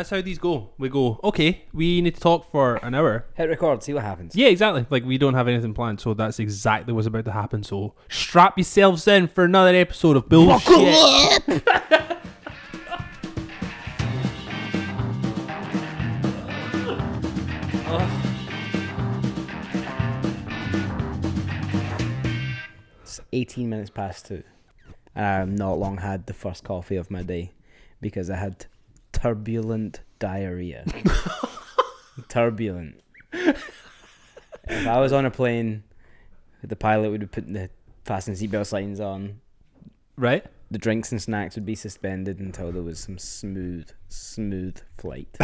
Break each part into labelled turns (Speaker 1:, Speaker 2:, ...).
Speaker 1: That's how these go. We go, okay, we need to talk for an hour.
Speaker 2: Hit record, see what happens.
Speaker 1: Yeah, exactly. Like, we don't have anything planned, so that's exactly what's about to happen. So, strap yourselves in for another episode of Bullshit.
Speaker 2: It's 18 minutes past two, and I have not long had the first coffee of my day because I had turbulent diarrhea. turbulent. If I was on a plane, the pilot would be putting the fasten seatbelt signs on.
Speaker 1: Right?
Speaker 2: The drinks and snacks would be suspended until there was some smooth, smooth flight.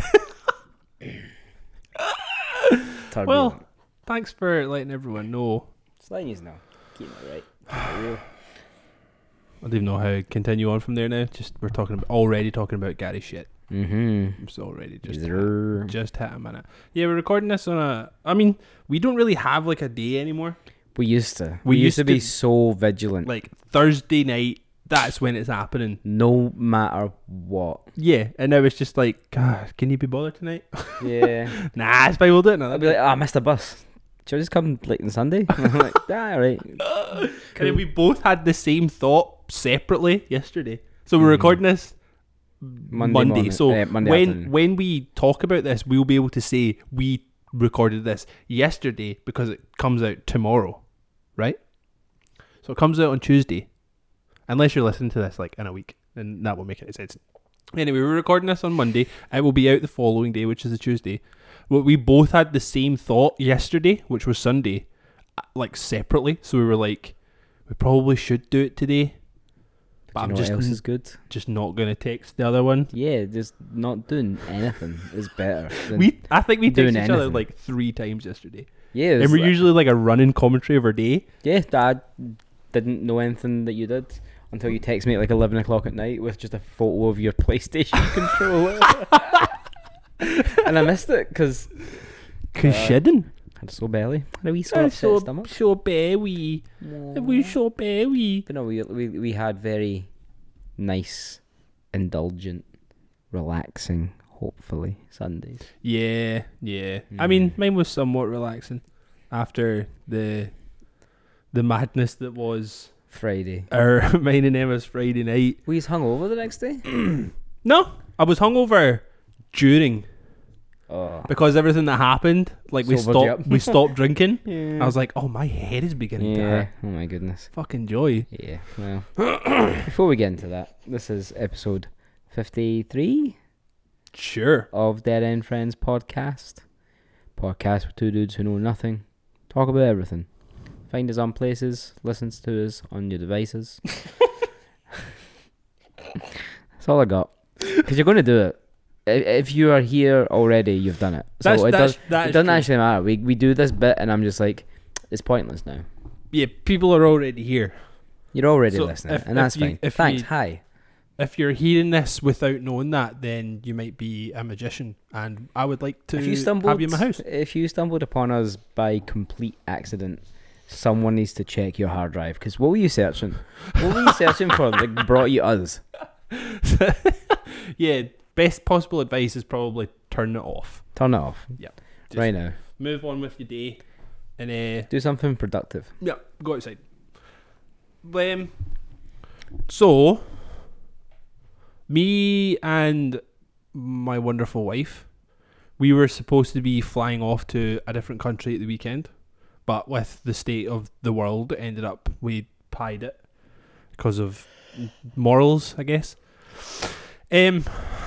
Speaker 2: turbulent.
Speaker 1: Well, thanks for letting everyone know.
Speaker 2: Just letting you know. Keeping it right. Keeping it real.
Speaker 1: I don't even know how to continue on from there now. Just, we're talking about, already talking about Gary shit.
Speaker 2: Mm-hmm.
Speaker 1: I'm so already just. Just hit a minute. Yeah, we're recording this on a. I mean, we don't really have like a day anymore.
Speaker 2: We used to.
Speaker 1: We
Speaker 2: We, used to
Speaker 1: used
Speaker 2: be
Speaker 1: to-
Speaker 2: so vigilant.
Speaker 1: Like Thursday night, that's when it's happening.
Speaker 2: no matter what.
Speaker 1: Yeah, and now it's just like, God, can you be bothered tonight?
Speaker 2: Yeah.
Speaker 1: nah, it's fine. We'll do it now.
Speaker 2: I'd be like, oh, I missed a bus. Should I just come late on Sunday? And I'm like, ah, all right.
Speaker 1: and then we both had the same thought separately yesterday. So we're recording this
Speaker 2: Mm-hmm. Monday.
Speaker 1: Monday.
Speaker 2: morning-
Speaker 1: so
Speaker 2: eh, Monday
Speaker 1: when
Speaker 2: afternoon.
Speaker 1: when we talk about this, we'll be able to say we recorded this yesterday because it comes out tomorrow, right? So it comes out on Tuesday, unless you're listening to this like in a week, then that will make any sense. Anyway, we're recording this on Monday. It will be out the following day, which is a Tuesday. But we both had the same thought yesterday, which was Sunday, uh, like separately. So we were like, we probably should do it today. But
Speaker 2: Do
Speaker 1: I'm
Speaker 2: you know
Speaker 1: just
Speaker 2: what else is good?
Speaker 1: just not gonna text the other one.
Speaker 2: Yeah, just not doing anything is better. Than,
Speaker 1: We, I think we
Speaker 2: doing
Speaker 1: texted each other
Speaker 2: anything.
Speaker 1: like three times yesterday,
Speaker 2: yeah, it
Speaker 1: and
Speaker 2: was
Speaker 1: we're
Speaker 2: like-
Speaker 1: usually like a running commentary of our day.
Speaker 2: yeah, I didn't know anything that you did until you text me at like 11 o'clock at night with just a photo of your PlayStation controller. and I missed it because
Speaker 1: Cause
Speaker 2: Uh,
Speaker 1: shedding.
Speaker 2: I had a sore belly. Had a wee sore upset stomach.
Speaker 1: so baby, we so baby.
Speaker 2: But no, we, we we had very nice, indulgent, relaxing, hopefully Sundays.
Speaker 1: Yeah, yeah. I mean,
Speaker 2: Mm.
Speaker 1: mine was somewhat relaxing after the the madness that was
Speaker 2: Friday.
Speaker 1: our mine and Emma's Friday night.
Speaker 2: We was hungover the next day.
Speaker 1: No, I was hungover during
Speaker 2: Oh,
Speaker 1: because everything that happened, like we
Speaker 2: Sobered you
Speaker 1: stopped,
Speaker 2: up.
Speaker 1: we stopped drinking.
Speaker 2: yeah.
Speaker 1: I was like, oh, my head is beginning to
Speaker 2: yeah.
Speaker 1: hurt.
Speaker 2: Oh my goodness.
Speaker 1: Fucking joy.
Speaker 2: Yeah. Well, before we get into that, this is episode fifty-three
Speaker 1: Sure.
Speaker 2: of Dead End Friends podcast. Podcast with two dudes who know nothing, talk about everything. Find us on places, listens to us on your devices. That's all I got. Because you're going to do it. I- If you are here already, you've done it. So
Speaker 1: That's-
Speaker 2: it,
Speaker 1: that's-
Speaker 2: does,
Speaker 1: that
Speaker 2: it
Speaker 1: is
Speaker 2: doesn't
Speaker 1: true.
Speaker 2: actually matter. We, we do this bit, and I'm just like, it's pointless now.
Speaker 1: Yeah, people are already here.
Speaker 2: You're already
Speaker 1: So
Speaker 2: listening,
Speaker 1: if-
Speaker 2: and
Speaker 1: if
Speaker 2: that's
Speaker 1: you-
Speaker 2: fine.
Speaker 1: if
Speaker 2: Thanks.
Speaker 1: you-
Speaker 2: Hi.
Speaker 1: If you're hearing this without knowing that, then you might be a magician, and I would like to
Speaker 2: if you stumbled,
Speaker 1: have you in my house.
Speaker 2: If you stumbled upon us by complete accident, someone needs to check your hard drive. Because what were you searching? What were you searching for that brought you us?
Speaker 1: yeah, best possible advice is probably turn it off.
Speaker 2: Turn it off.
Speaker 1: Yeah, just-
Speaker 2: Right now.
Speaker 1: Move on with your day, and uh,
Speaker 2: Do something productive.
Speaker 1: yeah, go outside. Um, so me and my wonderful wife, we were supposed to be flying off to a different country at the weekend, but with the state of the world, it ended up we pied it because of morals, I guess. Um,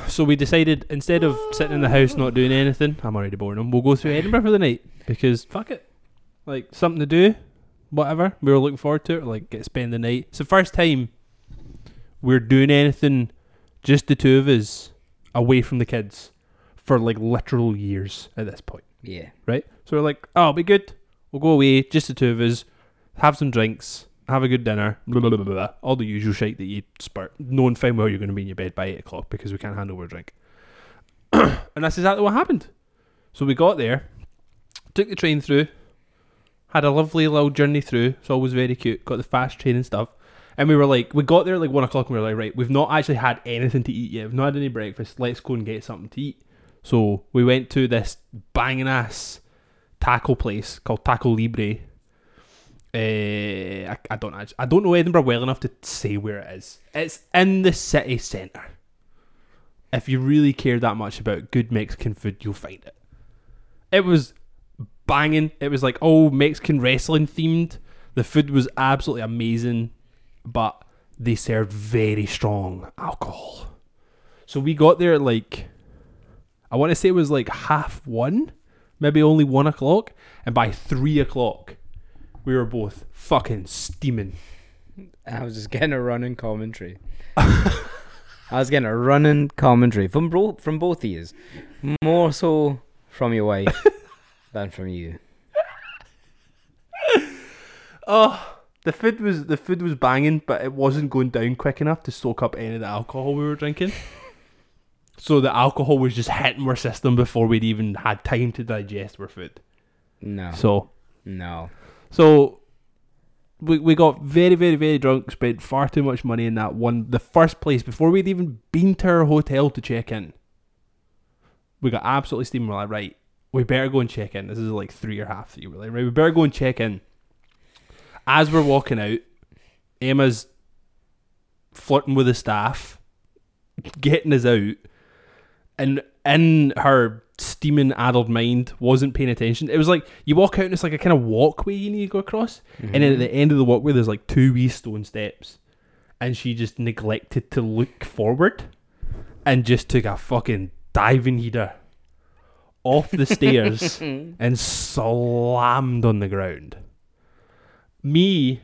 Speaker 1: so we decided instead of sitting in the house not doing anything, I'm already boring them. We'll go through Edinburgh for the night because fuck it, like something to do, whatever. We were looking forward to it, like get spend the night. It's the first time we're doing anything, just the two of us, away from the kids, for like literal years at this point
Speaker 2: Yeah.
Speaker 1: right? So we're like, oh, it'll be good. We'll go away, just the two of us, have some drinks, have a good dinner, blah, blah, blah, blah, blah. all the usual shit that you spurt, knowing fine well you're going to be in your bed by 8 o'clock because we can't handle our drink. and that's exactly what happened. So we got there, took the train through, had a lovely little journey through. It's always very cute. Got the fast train and stuff. And we were like, we got there at like one o'clock and we were like, right, we've not actually had anything to eat yet. We've not had any breakfast. Let's go and get something to eat. So we went to this banging ass taco place called Taco Libre. Uh, I, I don't act- I don't know Edinburgh well enough to say where it is. It's in the city centre. If you really care that much about good Mexican food, you'll find it. It was banging. It was like oh Mexican wrestling themed. The food was absolutely amazing, but they served very strong alcohol. So we got there at like I want to say it was like half one, maybe only one o'clock, and by three o'clock, we were both fucking steaming.
Speaker 2: I was just getting a running commentary. I was getting a running commentary from bro- from both of you, more so from your wife than from you.
Speaker 1: Oh, the food was the food was banging, but it wasn't going down quick enough to soak up any of the alcohol we were drinking. so the alcohol was just hitting our system before we'd even had time to digest our food.
Speaker 2: No,
Speaker 1: So
Speaker 2: no.
Speaker 1: So we we got very very very drunk, spent far too much money in that one the first place before we'd even been to our hotel to check in. We got absolutely steamed. We're like, right, we better go and check in. This is like three or half three. We're like, right, we better go and check in. As we're walking out, Emma's flirting with the staff, getting us out, and in her steaming addled mind wasn't paying attention. It was like you walk out and it's like a kind of walkway you need to go across, and then at the end of the walkway there's like two wee stone steps, and she just neglected to look forward, and just took a fucking diving heater off the stairs and slammed on the ground. Me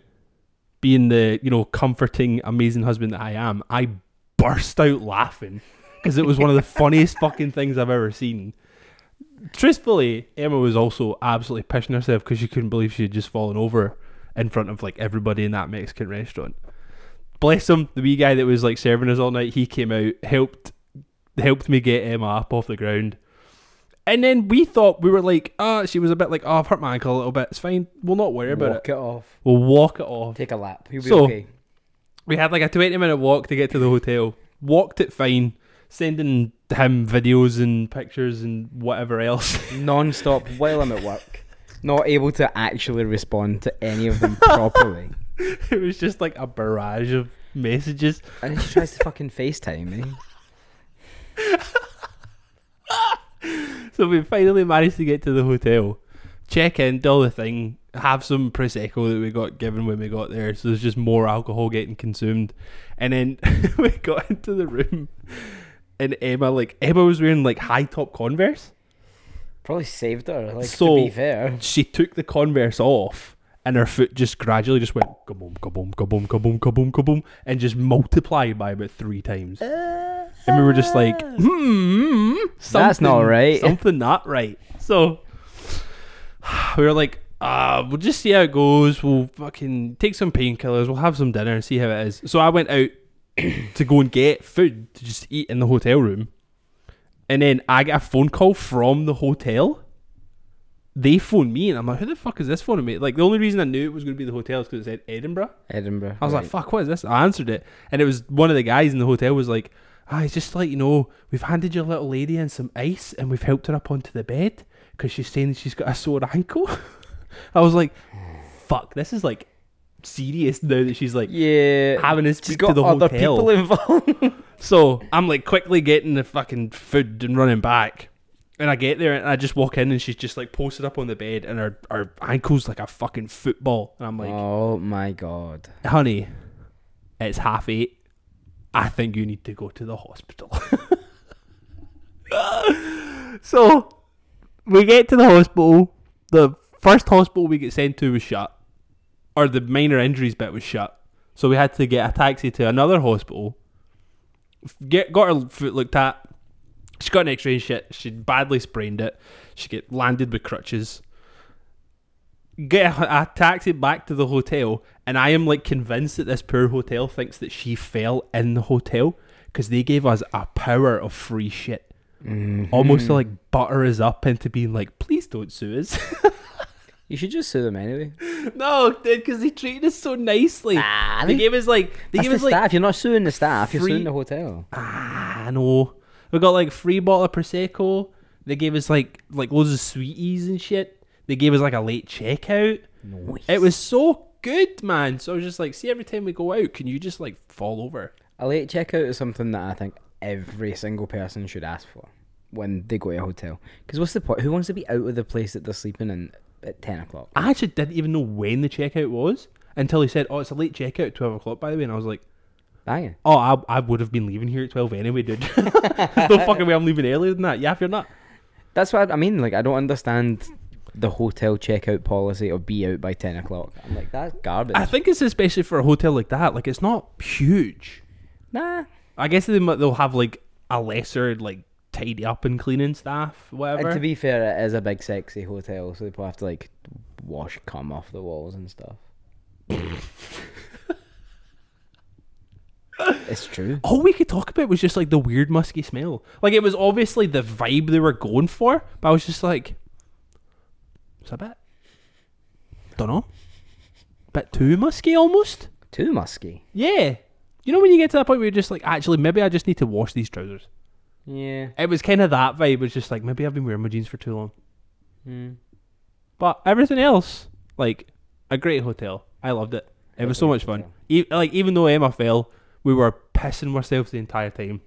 Speaker 1: being the you know comforting amazing husband that I am, I burst out laughing because it was one of the funniest fucking things I've ever seen. Truthfully, Emma was also absolutely pissing herself because she couldn't believe she had just fallen over in front of like everybody in that Mexican restaurant. Bless him, the wee guy that was like serving us all night. He came out, helped, helped me get Emma up off the ground. And then we thought we were like, ah, she was a bit like, oh, I've hurt my ankle a little bit. It's fine. We'll not worry about it.
Speaker 2: Walk it off.
Speaker 1: We'll walk it off.
Speaker 2: Take a lap. You'll be
Speaker 1: So-
Speaker 2: okay.
Speaker 1: We had like a 20 minute walk to get to the hotel. Walked it fine, sending him videos and pictures and whatever else.
Speaker 2: Non-stop while I'm at work, not able to actually respond to any of them properly.
Speaker 1: it was just like a barrage of messages.
Speaker 2: And then she tries to fucking FaceTime me.
Speaker 1: So we finally managed to get to the hotel, check in, do all the thing, have some prosecco that we got given when we got there. So there's just more alcohol getting consumed, and then we got into the room, and Emma like Emma was wearing like high top Converse.
Speaker 2: Probably saved her. Like
Speaker 1: So-
Speaker 2: to be fair,
Speaker 1: she took the Converse off, and her foot just gradually just went kaboom, kaboom, kaboom, kaboom, kaboom, kaboom, and just multiplied by about three times. and we were just like, hmm,
Speaker 2: That's not
Speaker 1: something-
Speaker 2: right."
Speaker 1: Something not right. So we were like, uh, we'll just see how it goes. We'll fucking take some painkillers. We'll have some dinner and see how it is. So I went out to go and get food to just eat in the hotel room. And then I get a phone call from the hotel. They phone me and I'm like, who the fuck is this phoning me? Like, the only reason I knew it was going to be the hotel is because it said Edinburgh.
Speaker 2: Edinburgh.
Speaker 1: I was like,
Speaker 2: right.
Speaker 1: fuck, what is this? I answered it. And it was one of the guys in the hotel was like, ah, it's just like, you know, we've handed your little lady in some ice and we've helped her up onto the bed because she's saying she's got a sore ankle. I was like, fuck, this is like serious now that she's like
Speaker 2: yeah.
Speaker 1: having to
Speaker 2: She's
Speaker 1: speak
Speaker 2: got
Speaker 1: to the
Speaker 2: other
Speaker 1: hotel.
Speaker 2: people involved.
Speaker 1: So I'm like quickly getting the fucking food and running back. And I get there and I just walk in and she's just like posted up on the bed and her, her ankle's like a fucking football. And I'm like,
Speaker 2: oh my god.
Speaker 1: honey, it's half eight. I think you need to go to the hospital. so we get to the hospital. The first hospital we get sent to was shut, or the minor injuries bit was shut. So we had to get a taxi to another hospital. F- Get got her foot looked at. She got an X-ray and shit. She badly sprained it. She get landed with crutches get a, a taxi back to the hotel, and I am like convinced that this poor hotel thinks that she fell in the hotel because they gave us a power of free shit,
Speaker 2: Mm-hmm.
Speaker 1: almost to like butter us up into being like, please don't sue us.
Speaker 2: You should just sue them anyway.
Speaker 1: No, dude, because they treated us so nicely.
Speaker 2: Ah,
Speaker 1: they gave us like they
Speaker 2: That's
Speaker 1: gave
Speaker 2: the
Speaker 1: us like
Speaker 2: staff. You're not suing the staff. You're
Speaker 1: free-
Speaker 2: suing the hotel.
Speaker 1: ah no, we got like free bottle of prosecco. They gave us like like loads of sweeties and shit. They gave us like a late checkout. It was so good, man. So I was just like, see, every time we go out, can you just like fall over?
Speaker 2: A late checkout is something that I think every single person should ask for when they go to a hotel. Because what's the point? Who wants to be out of the place that they're sleeping in at ten o'clock?
Speaker 1: I actually didn't even know when the checkout was until he said, "Oh, it's a late checkout, twelve o'clock." By the way, and I was like,
Speaker 2: Banging.
Speaker 1: "Oh, I, I would have been leaving here at twelve anyway, dude. There's no fucking way I'm leaving earlier than that. Yeah, if you're not,
Speaker 2: That's what I mean. Like I don't understand the hotel checkout policy or be out by ten o'clock. I'm like that's garbage.
Speaker 1: I think it's especially for a hotel like that. Like, it's not huge.
Speaker 2: nah.
Speaker 1: I guess they might, they'll have like a lesser like tidy up and cleaning staff, whatever.
Speaker 2: And to be fair, it is a big sexy hotel, so people have to like wash cum off the walls and stuff. it's true.
Speaker 1: all we could talk about was just like the weird musky smell. Like it was obviously the vibe they were going for, but I was just like, "Is that a bit? Don't know. Bit too musky, almost.
Speaker 2: Too musky.
Speaker 1: Yeah. You know when you get to that point where you're just like, actually, maybe I just need to wash these trousers.
Speaker 2: Yeah.
Speaker 1: It was kind of that vibe. It was just like maybe I've been wearing my jeans for too long.
Speaker 2: Mm.
Speaker 1: But everything else, like a great hotel. I loved it. It was so much fun. E- like even though Emma fell, we were pissing ourselves the entire time,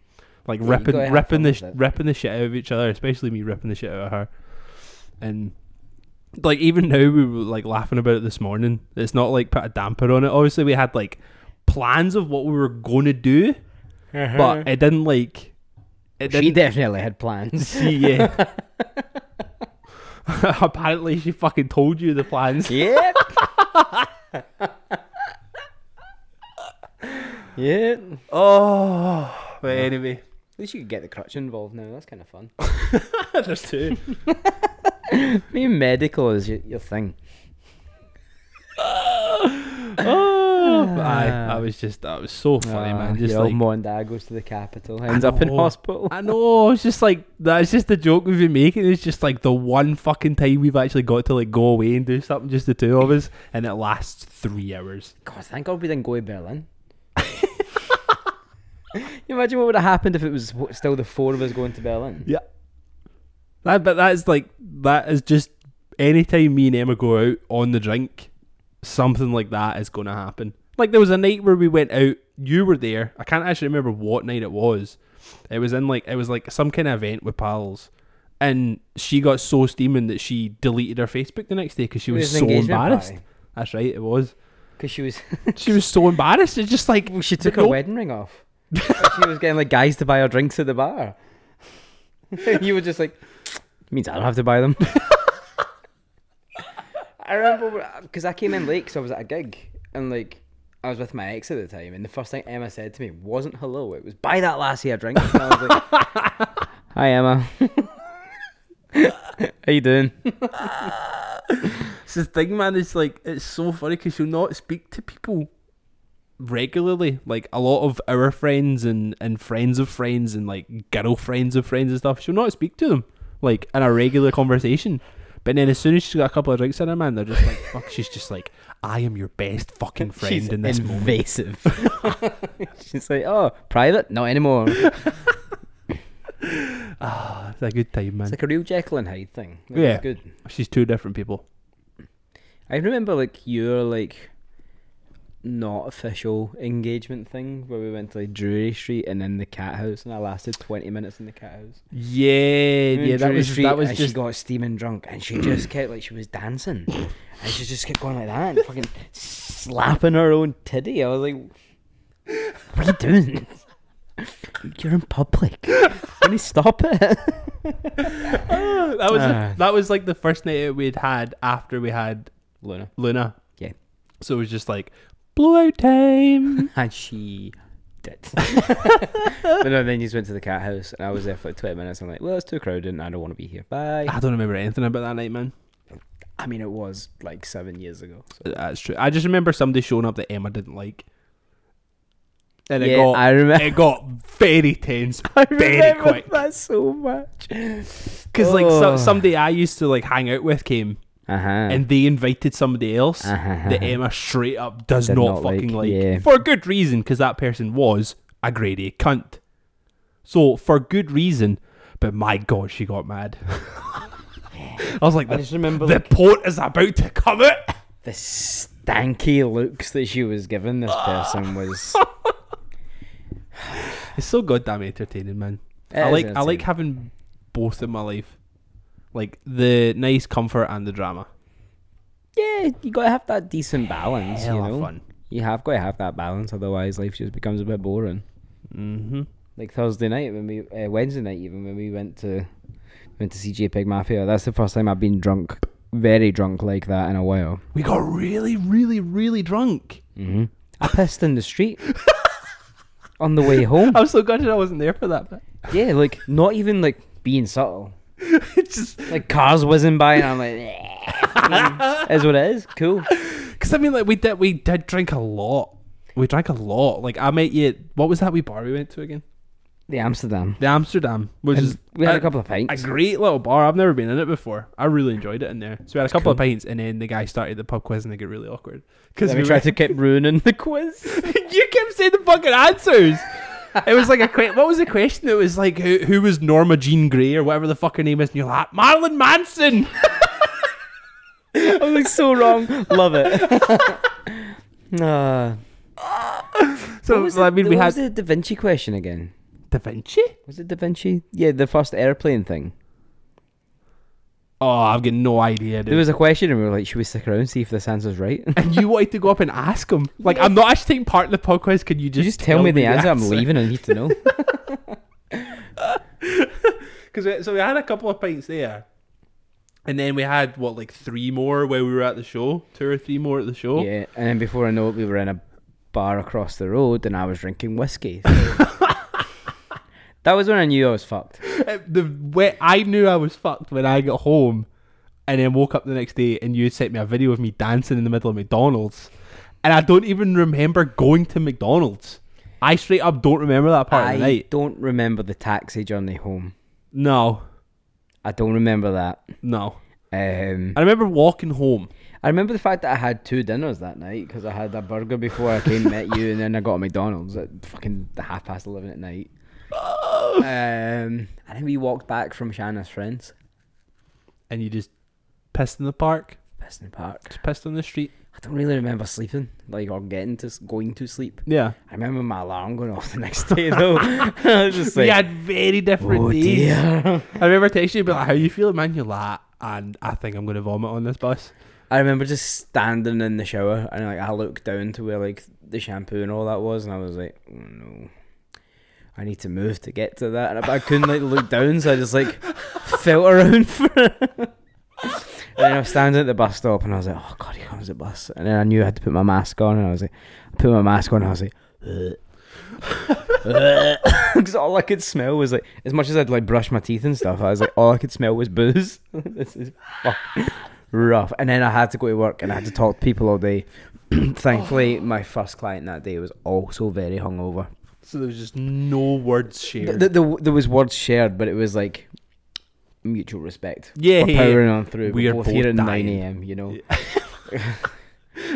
Speaker 1: like
Speaker 2: Yeah, you
Speaker 1: ripping
Speaker 2: gotta have
Speaker 1: ripping
Speaker 2: fun
Speaker 1: the
Speaker 2: with
Speaker 1: sh-
Speaker 2: it.
Speaker 1: ripping the shit out of each other, especially me ripping the shit out of her. And like even now we were like laughing about it this morning. It's not like put a damper on it. Obviously we had like plans of what we were gonna do, but it didn't like it
Speaker 2: Mm-hmm. she
Speaker 1: didn't
Speaker 2: definitely had plans.
Speaker 1: see yeah. Apparently she fucking told you the plans.
Speaker 2: yeah. yeah. At
Speaker 1: Oh, but anyway,
Speaker 2: least you could get the crutch involved now. That's kind of fun.
Speaker 1: there's two.
Speaker 2: Being medical is your, your thing. Ah.
Speaker 1: oh, but aye, that was just that was so funny,
Speaker 2: Ah,
Speaker 1: man. Just
Speaker 2: your
Speaker 1: like
Speaker 2: old Mondag goes to the capital, ends up in
Speaker 1: know.
Speaker 2: hospital.
Speaker 1: I know, it's just like that's just the joke we've been making. It's just like the one fucking time we've actually got to like go away and do something, just the two of us, and it lasts three hours.
Speaker 2: God, thank God we didn't go to Berlin. you imagine what would have happened if it was w- still the four of us going to Berlin?
Speaker 1: Yeah, that but that is like that is just anytime me and Emma go out on the drink, something like that is gonna happen. Like there was a night where we went out, you were there. I can't actually remember what night it was. It was in like it was like some kind of event with pals, and she got so steaming that she deleted her Facebook the next day because she
Speaker 2: It
Speaker 1: was,
Speaker 2: was an
Speaker 1: so
Speaker 2: engagement
Speaker 1: embarrassed.
Speaker 2: party.
Speaker 1: That's right, it was.
Speaker 2: Because she was,
Speaker 1: She was so embarrassed. It's just like
Speaker 2: she took her
Speaker 1: no-
Speaker 2: wedding ring off. she was getting like guys to buy her drinks at the bar. you were just like, means I don't have to buy them. I remember because I came in late because I was at a gig and like I was with my ex at the time, and the first thing Emma said to me wasn't hello, it was buy that lassie a drink. And I was like, Hi Emma, how you doing?
Speaker 1: It's the thing, man. It's like it's so funny because you'll not speak to people regularly. Like a lot of our friends and and friends of friends and like girlfriends of friends and stuff. She'll not speak to them like in a regular conversation. But then as soon as she's got a couple of drinks in her, man, they're just like, "Fuck." She's just like, "I am your best fucking friend
Speaker 2: She's
Speaker 1: in this moment."
Speaker 2: invasive. She's like, oh, private, not anymore. It's
Speaker 1: Ah, it's a good time, man.
Speaker 2: like a real Jekyll and Hyde thing. It was
Speaker 1: Yeah.
Speaker 2: good.
Speaker 1: she's two different people.
Speaker 2: I remember like your like not official engagement thing where we went to like Drury Street and then the cat house and I lasted twenty minutes in the cat house.
Speaker 1: Yeah,
Speaker 2: We went
Speaker 1: yeah. That
Speaker 2: Drury
Speaker 1: was
Speaker 2: Street
Speaker 1: that was
Speaker 2: and she
Speaker 1: just
Speaker 2: got steaming drunk and she just kept like she was dancing and she just kept going like that and fucking slapping her own titty. I was like, "What are you doing? You're in public. Can you stop it?"
Speaker 1: that was the-
Speaker 2: Ah.
Speaker 1: that was like the first night out we'd had after we had
Speaker 2: Luna,
Speaker 1: Luna.
Speaker 2: yeah,
Speaker 1: So it was just like blowout time.
Speaker 2: and she did. but no, then you just went to the cat house, and I was there for like 20 minutes. I'm like, well, it's too crowded, and I don't want to be here. Bye.
Speaker 1: I don't remember anything about that night, man.
Speaker 2: I mean, it was like seven years ago. So.
Speaker 1: That's true. I just remember somebody showing up that Emma didn't like, and it
Speaker 2: Yeah,
Speaker 1: got
Speaker 2: I remember.
Speaker 1: it got very tense
Speaker 2: I
Speaker 1: very
Speaker 2: remember
Speaker 1: quick
Speaker 2: that so much.
Speaker 1: because like so,
Speaker 2: Oh.
Speaker 1: somebody I used to like hang out with came
Speaker 2: Uh huh.
Speaker 1: and they invited somebody else
Speaker 2: Uh-huh.
Speaker 1: that Emma straight up does
Speaker 2: Did
Speaker 1: not,
Speaker 2: not
Speaker 1: fucking like,
Speaker 2: like, yeah.
Speaker 1: for good reason because that person was a grade A cunt. So for good reason, but my god, she got mad. I was like,
Speaker 2: I
Speaker 1: the,
Speaker 2: just remember
Speaker 1: the
Speaker 2: like,
Speaker 1: port is about to come out.
Speaker 2: the stanky looks that she was giving this person was.
Speaker 1: It's so goddamn entertaining, man.
Speaker 2: It
Speaker 1: I
Speaker 2: is
Speaker 1: like I like
Speaker 2: entertaining.
Speaker 1: having both in my life, like the nice comfort and the drama.
Speaker 2: Yeah, you gotta have that decent balance,
Speaker 1: Hell
Speaker 2: you
Speaker 1: of
Speaker 2: know.
Speaker 1: fun.
Speaker 2: You have gotta have that balance, otherwise life just becomes a bit boring.
Speaker 1: Mm-hmm.
Speaker 2: Like Thursday night when we, uh, Wednesday night even when we went to went to CJ Pig Mafia. That's the first time I've been drunk, very drunk like that in a while.
Speaker 1: We got really, really, really drunk.
Speaker 2: Mm-hmm. I pissed in the street on the way home.
Speaker 1: I'm so glad that I wasn't there for that bit.
Speaker 2: Yeah, like not even like being subtle.
Speaker 1: It's just
Speaker 2: Like cars whizzing by, and I'm like, "Eh, is what it is. Cool.
Speaker 1: because I mean, like we did, we did drink a lot. We drank a lot. Like I met you. at- What was that wee bar we went to again?
Speaker 2: The Amsterdam.
Speaker 1: The Amsterdam, which is
Speaker 2: We had
Speaker 1: a,
Speaker 2: a couple of
Speaker 1: a
Speaker 2: pints.
Speaker 1: great little bar. I've never been in it before. I really enjoyed it in there. So we had a couple of pints, and then the guy started the pub quiz, and it got really awkward because
Speaker 2: Then we tried to keep ruining the quiz.
Speaker 1: you kept saying the fucking answers. It was like a que- what was the question? It was like who, who was Norma Jean Grey or whatever the fuck her name is, and you're like Marilyn Manson.
Speaker 2: I was like so wrong. Love it. uh,
Speaker 1: So I mean, we
Speaker 2: what
Speaker 1: had
Speaker 2: was the Da Vinci question again?
Speaker 1: Da Vinci.
Speaker 2: Was it Da Vinci? Yeah, the first airplane thing.
Speaker 1: Oh, I've got no idea. Dude.
Speaker 2: There was a question, and we were like, "Should we stick around and see if this answer's right?"
Speaker 1: and you wanted to go up and ask him. Like, I'm not actually taking part in the podcast. Can you just,
Speaker 2: you just tell me the answer. I'm leaving. I need to know.
Speaker 1: Because so we had a couple of pints there, and then we had what like three more where we were at the show, two or three more at the show.
Speaker 2: Yeah, and then before I know it, we were in a bar across the road, and I was drinking whiskey. so- that was when I knew I was fucked.
Speaker 1: Uh, The way I knew I was fucked when I got home, and then woke up the next day, and you had sent me a video of me dancing in the middle of McDonald's, and I don't even remember going to McDonald's. I straight up don't remember that part
Speaker 2: I
Speaker 1: of the night.
Speaker 2: don't remember the taxi journey home.
Speaker 1: No,
Speaker 2: I don't remember that.
Speaker 1: no.
Speaker 2: Um,
Speaker 1: I remember walking home.
Speaker 2: I remember the fact that I had two dinners that night because I had a burger before I came and met you, and then I got a McDonald's at fucking half past eleven at night. Um, and then we walked back from Shanna's friends,
Speaker 1: and you just pissed in the park,
Speaker 2: Piston Park.
Speaker 1: just pissed on the street.
Speaker 2: I don't really remember sleeping, like or getting to s- going to sleep.
Speaker 1: Yeah.
Speaker 2: I remember my alarm going off the next day though. I was just like,
Speaker 1: we had very different
Speaker 2: oh
Speaker 1: days.
Speaker 2: dear.
Speaker 1: I remember texting you about how you feeling, man. You're like, and I think I'm gonna vomit on this bus.
Speaker 2: I remember just standing in the shower and like I looked down to where like the shampoo and all that was, and I was like, oh no, I need to move to get to that, and I, but I couldn't like look down, so I just like felt around for. and then I was standing at the bus stop, and I was like, oh god, here comes the bus, and then I knew I had to put my mask on, and I was like, I put my mask on, and I was like. Because all I could smell was like, as much as I'd like brush my teeth and stuff, I was like, all I could smell was booze. this is fuck- rough. And then I had to go to work and I had to talk to people all day.
Speaker 1: Oh.
Speaker 2: Thankfully, my first client that day was also very hungover.
Speaker 1: So there was just no words
Speaker 2: Th-
Speaker 1: shared.
Speaker 2: th- there w- there was words shared, but it was like mutual respect.
Speaker 1: yeah,
Speaker 2: We're
Speaker 1: yeah,
Speaker 2: powering on
Speaker 1: We
Speaker 2: through. We
Speaker 1: are
Speaker 2: are both here
Speaker 1: both
Speaker 2: at
Speaker 1: dying.
Speaker 2: 9 a.m., you know.
Speaker 1: yeah.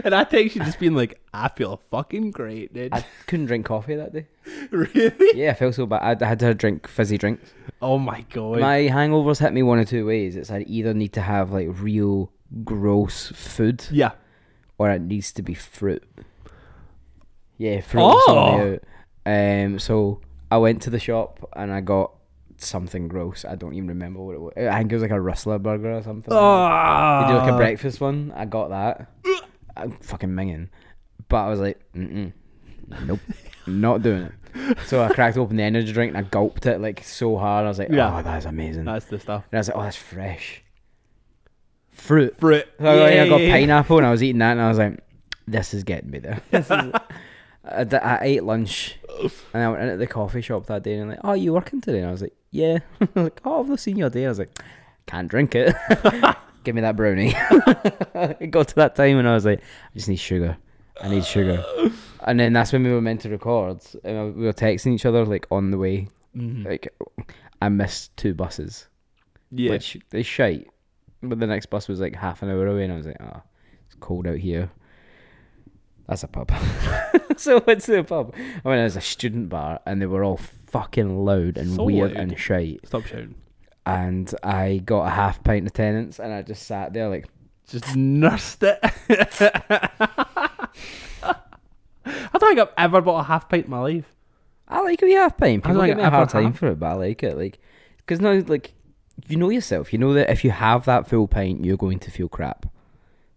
Speaker 1: And I text you just being like, I feel fucking great, dude.
Speaker 2: I couldn't drink coffee that day.
Speaker 1: really?
Speaker 2: Yeah, I felt so bad. I I had to drink fizzy drinks.
Speaker 1: Oh my god.
Speaker 2: My hangovers hit me one of two ways. It's I either need to have like real gross food
Speaker 1: yeah.
Speaker 2: or it needs to be fruit. Yeah, fruit was on the
Speaker 1: Oh.
Speaker 2: out. Um so I went to the shop and I got something gross. I don't even remember what it was. I think it was like a rustler burger or something.
Speaker 1: Oh.
Speaker 2: They do like a breakfast one. I got that. I'm fucking minging. But I was like, mm nope, not doing it. So I cracked open the energy drink and I gulped it like so hard. I was like,
Speaker 1: Yeah.
Speaker 2: oh, that's amazing.
Speaker 1: That's the stuff.
Speaker 2: And I was like, oh, that's fresh. Fruit.
Speaker 1: Fruit.
Speaker 2: So I, went and I got
Speaker 1: Yeah.
Speaker 2: pineapple and I was eating that and I was like, this is getting me there. This is- I, d- I ate lunch and I went in at the coffee shop that day and I'm like, oh, are you working today? And I was like, yeah. like, oh, I've not seen you all day. I was like, can't drink it. Give me that brownie. it got to that time and I was like, I just need sugar. I need sugar. And then that's when we were meant to record. And we were texting each other like on the way.
Speaker 1: Mhm.
Speaker 2: Mm. Like, I missed two buses
Speaker 1: Yeah.
Speaker 2: which they shite. But the next bus was like half an hour away, and I was like, oh, it's cold out here. That's a pub. so I went to the pub. I went as a student bar, and they were all fucking loud and
Speaker 1: So
Speaker 2: weird
Speaker 1: loud.
Speaker 2: and shite.
Speaker 1: Stop shouting.
Speaker 2: And I got a half pint of tenants, and I just sat there like,
Speaker 1: Just nursed it. I don't think I've ever bought a half pint in my life.
Speaker 2: I like a wee half pint.
Speaker 1: I
Speaker 2: People
Speaker 1: like
Speaker 2: give me
Speaker 1: it
Speaker 2: a hard
Speaker 1: ever
Speaker 2: time
Speaker 1: half.
Speaker 2: for it, but I like it. Like, because now, like, you know yourself. You know that if you have that full pint, you're going to feel crap.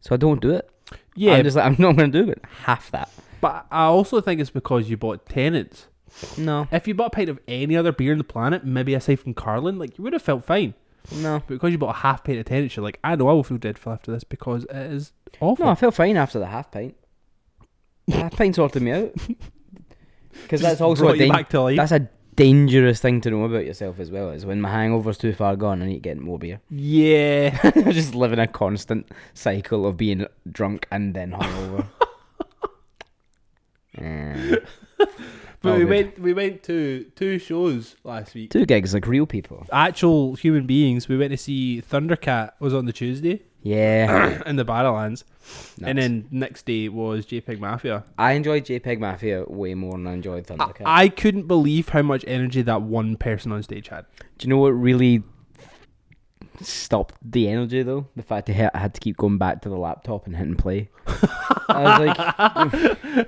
Speaker 2: So I don't do it.
Speaker 1: Yeah,
Speaker 2: I'm just like, I'm not going to do it. Half that.
Speaker 1: but I also think it's because you bought tenants.
Speaker 2: No,
Speaker 1: If you bought a pint of any other beer on the planet, maybe aside from Carlin, like you would have felt fine.
Speaker 2: no.
Speaker 1: But because you bought a half pint of tenants, you're like, I know I will feel dreadful after this because it is awful.
Speaker 2: No, I feel fine after the half pint. half pint sorted me out. Because that's
Speaker 1: Just
Speaker 2: also
Speaker 1: brought
Speaker 2: a
Speaker 1: you
Speaker 2: dan-
Speaker 1: back to life.
Speaker 2: that's a dangerous thing to know about yourself as well. Is when my hangover's too far gone, I need to get more beer.
Speaker 1: Yeah.
Speaker 2: I just live in a constant cycle of being drunk and then hungover. Mm.
Speaker 1: But
Speaker 2: All
Speaker 1: we
Speaker 2: good.
Speaker 1: went we went to two shows last week.
Speaker 2: Two gigs like real people.
Speaker 1: Actual human beings. We went to see Thundercat was on the Tuesday
Speaker 2: Yeah.
Speaker 1: in the Barrowlands. And
Speaker 2: Nice.
Speaker 1: then next day was JPEG Mafia.
Speaker 2: I enjoyed JPEG Mafia way more than I enjoyed
Speaker 1: I,
Speaker 2: Thundercat.
Speaker 1: I couldn't believe how much energy that one person on stage had.
Speaker 2: Do you know what really stopped the energy though? The fact that I had to keep going back to the laptop and hitting play. I was like,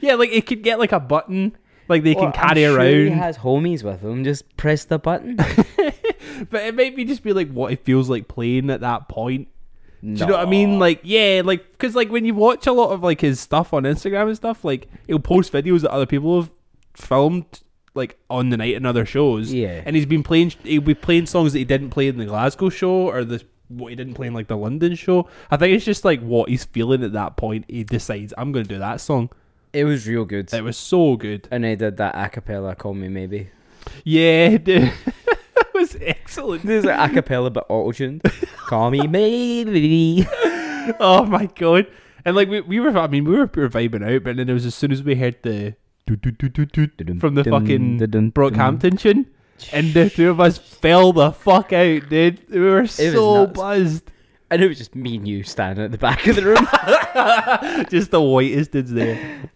Speaker 1: Yeah, like it could get like a button, like they
Speaker 2: "Well,
Speaker 1: can carry
Speaker 2: I'm sure He
Speaker 1: around.
Speaker 2: has homies with him. Just press the button.
Speaker 1: but it made me just be like, what it feels like playing at that point. Do you know what I mean? Like, yeah, like because like when you watch a lot of like his stuff on Instagram and stuff, like he'll post videos that other people have filmed like on the night in other shows.
Speaker 2: Yeah.
Speaker 1: and he's been playing. He'll be playing songs that he didn't play in the Glasgow show or the what he didn't play in like the London show. I think it's just like what he's feeling at that point. He decides I'm going to do that song.
Speaker 2: It was real good.
Speaker 1: It was so good.
Speaker 2: And they did that acapella. Call me maybe.
Speaker 1: Yeah, dude. it was excellent.
Speaker 2: There's an acapella but auto tuned. Call me maybe.
Speaker 1: Oh my god! And like we, we were, I mean, we were, we were vibing out, but then it was as soon as we heard the doo doo doo doo doo from the fucking Brockhampton tune, and the two of us fell the fuck out, dude. We were so
Speaker 2: nuts.
Speaker 1: buzzed.
Speaker 2: And it was just me and you standing at the back of the room.
Speaker 1: Just the whitest dudes there.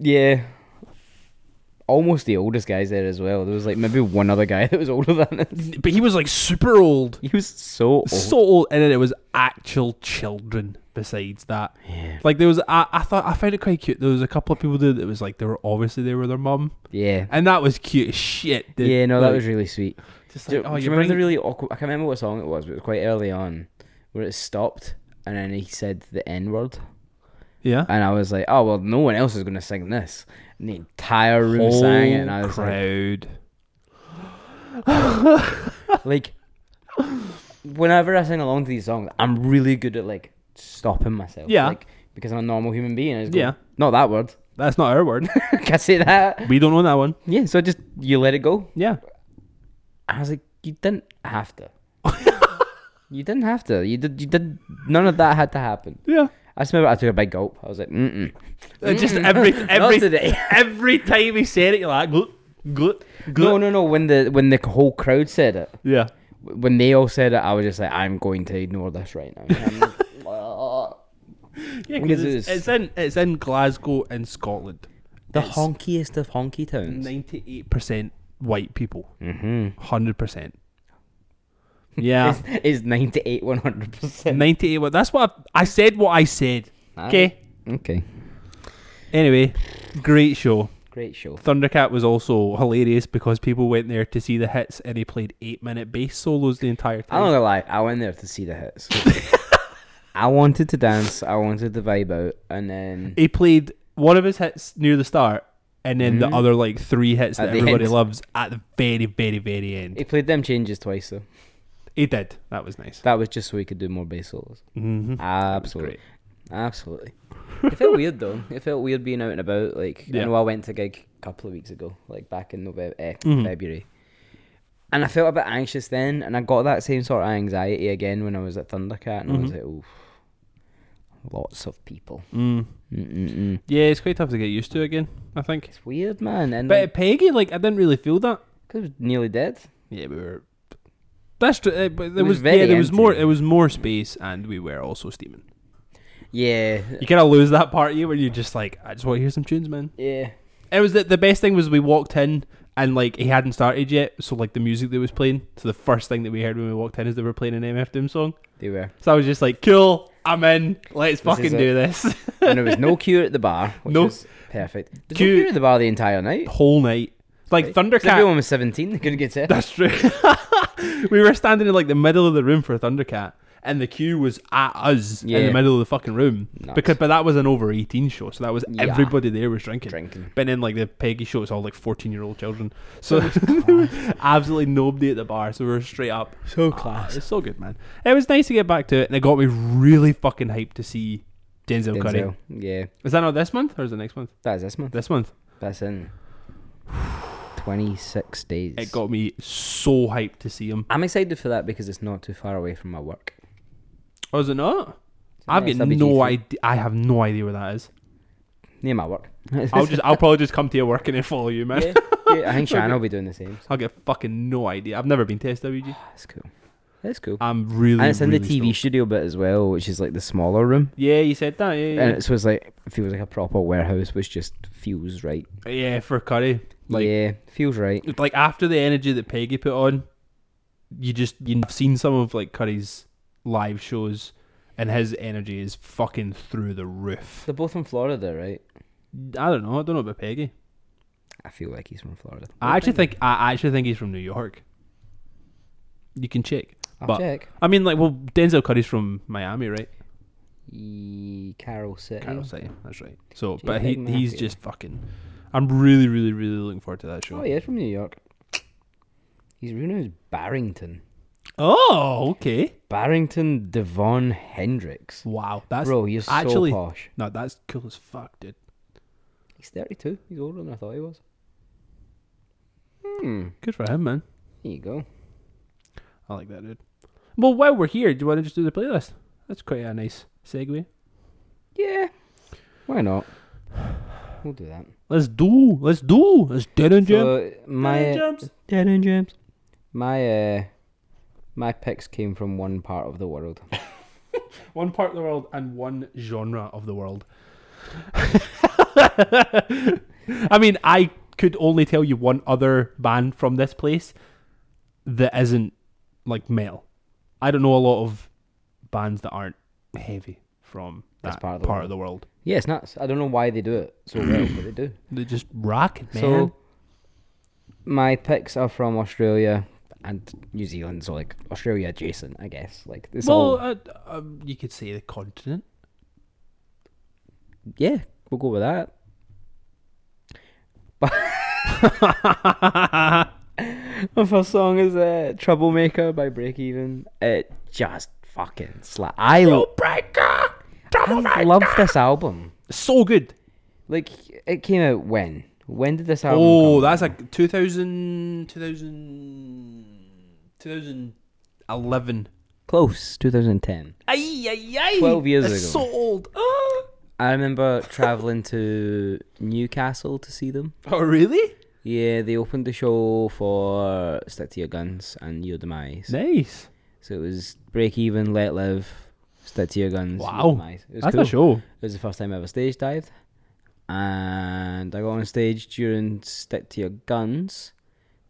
Speaker 2: yeah. Almost the oldest guys there as well. There was like maybe one other guy that was older than us.
Speaker 1: But he was like super old,
Speaker 2: He was so old.
Speaker 1: so old, and then it was actual children. Besides that,
Speaker 2: yeah.
Speaker 1: like there was, I, I thought I found it quite cute. There was a couple of people there that was like they were obviously there with their mum,
Speaker 2: Yeah.
Speaker 1: and that was cute as shit. Dude.
Speaker 2: Yeah, no, that
Speaker 1: Like,
Speaker 2: was really sweet.
Speaker 1: just
Speaker 2: Do,
Speaker 1: like, oh,
Speaker 2: do
Speaker 1: you
Speaker 2: you remember the
Speaker 1: bring
Speaker 2: really awkward? I can't remember what song it was, but it was quite early on where it stopped and then he said the N word.
Speaker 1: yeah.
Speaker 2: And I was like, oh, well, no one else is going to sing this. And the entire room sang it. And I was like,
Speaker 1: crowd.
Speaker 2: like whenever I sing along to these songs, I'm really good at like stopping myself.
Speaker 1: Yeah.
Speaker 2: Like, because I'm a normal human being. I just go,
Speaker 1: Yeah.
Speaker 2: Not that word.
Speaker 1: That's not our word.
Speaker 2: Can I say that?
Speaker 1: we don't own that one.
Speaker 2: Yeah. So just you let it go.
Speaker 1: Yeah.
Speaker 2: I was like, you didn't have to. you didn't have to. You did. You did. None of that had to happen.
Speaker 1: Yeah.
Speaker 2: I just remember I took a big gulp. I was like, mm mm.
Speaker 1: Uh, Just every
Speaker 2: Not
Speaker 1: every
Speaker 2: today.
Speaker 1: every time he said it, you're like glut glut
Speaker 2: No,
Speaker 1: glut.
Speaker 2: no, no. When the when the whole crowd said it,
Speaker 1: Yeah.
Speaker 2: when they all said it, I was just like, I'm going to ignore this right now. I'm like,
Speaker 1: Yeah, 'cause
Speaker 2: Because
Speaker 1: it's,
Speaker 2: it's-
Speaker 1: it's in it's in Glasgow in Scotland.
Speaker 2: the honkiest of honky towns.
Speaker 1: Ninety eight percent white people.
Speaker 2: Mm-hmm.
Speaker 1: Hundred percent. Yeah.
Speaker 2: is 98 100%.
Speaker 1: Ninety eight well, that's what I, I said what I said. Okay.
Speaker 2: Okay.
Speaker 1: Anyway, great show.
Speaker 2: Great show.
Speaker 1: Thundercat was also hilarious because people went there to see the hits and he played eight minute bass solos the entire
Speaker 2: I'm not
Speaker 1: time.
Speaker 2: gonna lie, I went there to see the hits. I wanted to dance, I wanted to vibe out, and then
Speaker 1: He played one of his hits near the start and then the other like three hits
Speaker 2: Mm. At
Speaker 1: that
Speaker 2: the
Speaker 1: everybody
Speaker 2: end.
Speaker 1: loves at the very, very, very end.
Speaker 2: he played them changes twice though.
Speaker 1: He did. That was nice.
Speaker 2: That was just so he could do more bass solos.
Speaker 1: Mm-hmm.
Speaker 2: Absolutely. Absolutely. It felt weird though. It felt weird being out and about. Like
Speaker 1: Yeah.
Speaker 2: I know I went to a gig a couple of weeks ago, like back in November, eh,
Speaker 1: Mhm.
Speaker 2: February, and I felt a bit anxious then, and I got that same sort of anxiety again when I was at Thundercat, and I was
Speaker 1: Mhm.
Speaker 2: like, oof, lots of people.
Speaker 1: Mm.
Speaker 2: Mm-mm-mm.
Speaker 1: Yeah, it's quite tough to get used to again, I think.
Speaker 2: It's weird, man. And
Speaker 1: But at Peggy, like, I didn't really feel that.
Speaker 2: like, 'cause it was nearly dead.
Speaker 1: Yeah, we were That's true. Uh, but there
Speaker 2: was
Speaker 1: was,
Speaker 2: very
Speaker 1: yeah, there was
Speaker 2: empty.
Speaker 1: more. It was more space, and we were also steaming.
Speaker 2: Yeah.
Speaker 1: You kind of lose that part of you where you're just like, I just want to hear some tunes, man.
Speaker 2: Yeah.
Speaker 1: It was the, the best thing was we walked in and like he hadn't started yet, so like the music that was playing. So the first thing that we heard when we walked in is they were playing an MF Doom song.
Speaker 2: They were.
Speaker 1: So I was just like, cool, I'm in. Let's fucking
Speaker 2: it.
Speaker 1: do this.
Speaker 2: And there was no queue at the bar, which
Speaker 1: No.
Speaker 2: was perfect. There's
Speaker 1: Queue-
Speaker 2: no queue at the bar the entire night.
Speaker 1: Whole night, It's like
Speaker 2: Because Everyone
Speaker 1: Thundercat.
Speaker 2: was 17, they couldn't get in.
Speaker 1: That's true. we were standing in like the middle of the room for Thundercat, and the queue was at us in
Speaker 2: Yeah.
Speaker 1: the middle of the fucking room
Speaker 2: Nuts.
Speaker 1: because but that was an over eighteen show, so that was
Speaker 2: Yeah.
Speaker 1: everybody there was drinking.
Speaker 2: Drinking.
Speaker 1: But then like the Peggy show, it's all like fourteen year old children. So there was absolutely nobody at the bar, so we were straight up.
Speaker 2: So
Speaker 1: Ah, it's so good, man. It was nice to get back to it, and it got me really fucking hyped to see Denzel, Curry.
Speaker 2: Denzel. Yeah,
Speaker 1: Is that not this month or is it next month?
Speaker 2: that is this month.
Speaker 1: This month.
Speaker 2: That's in 26 days.
Speaker 1: It got me so hyped to see him.
Speaker 2: I'm excited for that because it's not too far away from my work.
Speaker 1: Oh, is it not? I've
Speaker 2: next
Speaker 1: got no
Speaker 2: WG3.
Speaker 1: idea. I have no idea where that is.
Speaker 2: Near my work.
Speaker 1: I'll just, I'll probably just come to your work and then follow you, man.
Speaker 2: yeah, yeah, I think Shannon will be doing the same. So
Speaker 1: I'll get fucking no idea. I've never been to SWG.
Speaker 2: that's cool. That's cool.
Speaker 1: I'm really.
Speaker 2: and it's in the
Speaker 1: really
Speaker 2: TV
Speaker 1: stoked.
Speaker 2: studio bit as well, which is like the smaller room.
Speaker 1: yeah, you said that. Yeah,
Speaker 2: And
Speaker 1: yeah.
Speaker 2: it's was like feels like a proper warehouse, which just feels right.
Speaker 1: yeah for Curry. Like,
Speaker 2: yeah, feels right.
Speaker 1: like after the energy that Peggy put on, you just you've seen some of like Curry's live shows, and his energy is fucking through the roof.
Speaker 2: They're both from Florida, right?
Speaker 1: I don't know. I don't know about Peggy.
Speaker 2: I feel like he's from Florida.
Speaker 1: I actually think I actually think he's from New York. You can check.
Speaker 2: I'll
Speaker 1: but-
Speaker 2: check.
Speaker 1: I mean, like, well, Denzel Curry's from Miami, right?
Speaker 2: E- Carol City.
Speaker 1: Carol City. That's right. So,
Speaker 2: Gee,
Speaker 1: but
Speaker 2: big
Speaker 1: he
Speaker 2: man
Speaker 1: he's
Speaker 2: here.
Speaker 1: just fucking. I'm really, really, really looking forward to that show.
Speaker 2: Oh, yeah, from New York. He's renounced Barrington.
Speaker 1: Oh, okay.
Speaker 2: Barrington Devon Hendricks.
Speaker 1: Wow, that's
Speaker 2: Bro, you're so
Speaker 1: actually
Speaker 2: posh.
Speaker 1: no, that's cool as fuck, dude.
Speaker 2: He's 32. He's older than I thought he was. Hmm.
Speaker 1: Good for him, man.
Speaker 2: There you go.
Speaker 1: I like that, dude. Well, while we're here, do you want to just do the playlist? That's quite a nice segue.
Speaker 2: Yeah. Why not? We'll do that.
Speaker 1: Let's do, let's do, let's dead and jump.
Speaker 2: So my uh,
Speaker 1: jumps.
Speaker 2: dead end James. My uh, my picks came from one part of the world.
Speaker 1: One part of the world and one genre of the world. I mean, I could only tell you one other band from this place that isn't like metal. I don't know a lot of bands that aren't heavy from
Speaker 2: This
Speaker 1: that
Speaker 2: part
Speaker 1: part
Speaker 2: of the
Speaker 1: of the world.
Speaker 2: yeah, it's nuts. I don't know why they do it so well, but they do.
Speaker 1: They just rock, man.
Speaker 2: So my picks are from Australia and New Zealand, so like Australia adjacent, I guess. Like it's
Speaker 1: well,
Speaker 2: all
Speaker 1: uh, um, you could say the continent.
Speaker 2: yeah, we'll go with that. My first song is uh, "Troublemaker" by Break Even. It just fucking slap. I, lo-
Speaker 1: Breaker!
Speaker 2: I love this album.
Speaker 1: So good.
Speaker 2: Like it came out when? When did this album?
Speaker 1: Oh,
Speaker 2: come out?
Speaker 1: that's like 2000, 2000, 2011.
Speaker 2: close. 2010.
Speaker 1: Ay, ay, ay.
Speaker 2: 12 years
Speaker 1: That's
Speaker 2: ago.
Speaker 1: so old. Ah.
Speaker 2: I remember traveling to Newcastle to see them.
Speaker 1: Oh, really?
Speaker 2: Yeah, they opened the show for Stick to Your Guns and Your Demise.
Speaker 1: Nice.
Speaker 2: So it was Break Even, Let Live, Stick to Your Guns.
Speaker 1: Wow.
Speaker 2: Your Demise. It was
Speaker 1: That's
Speaker 2: cool.
Speaker 1: a show.
Speaker 2: It was the first time I ever stage dived. And I got on stage during Stick to Your Guns.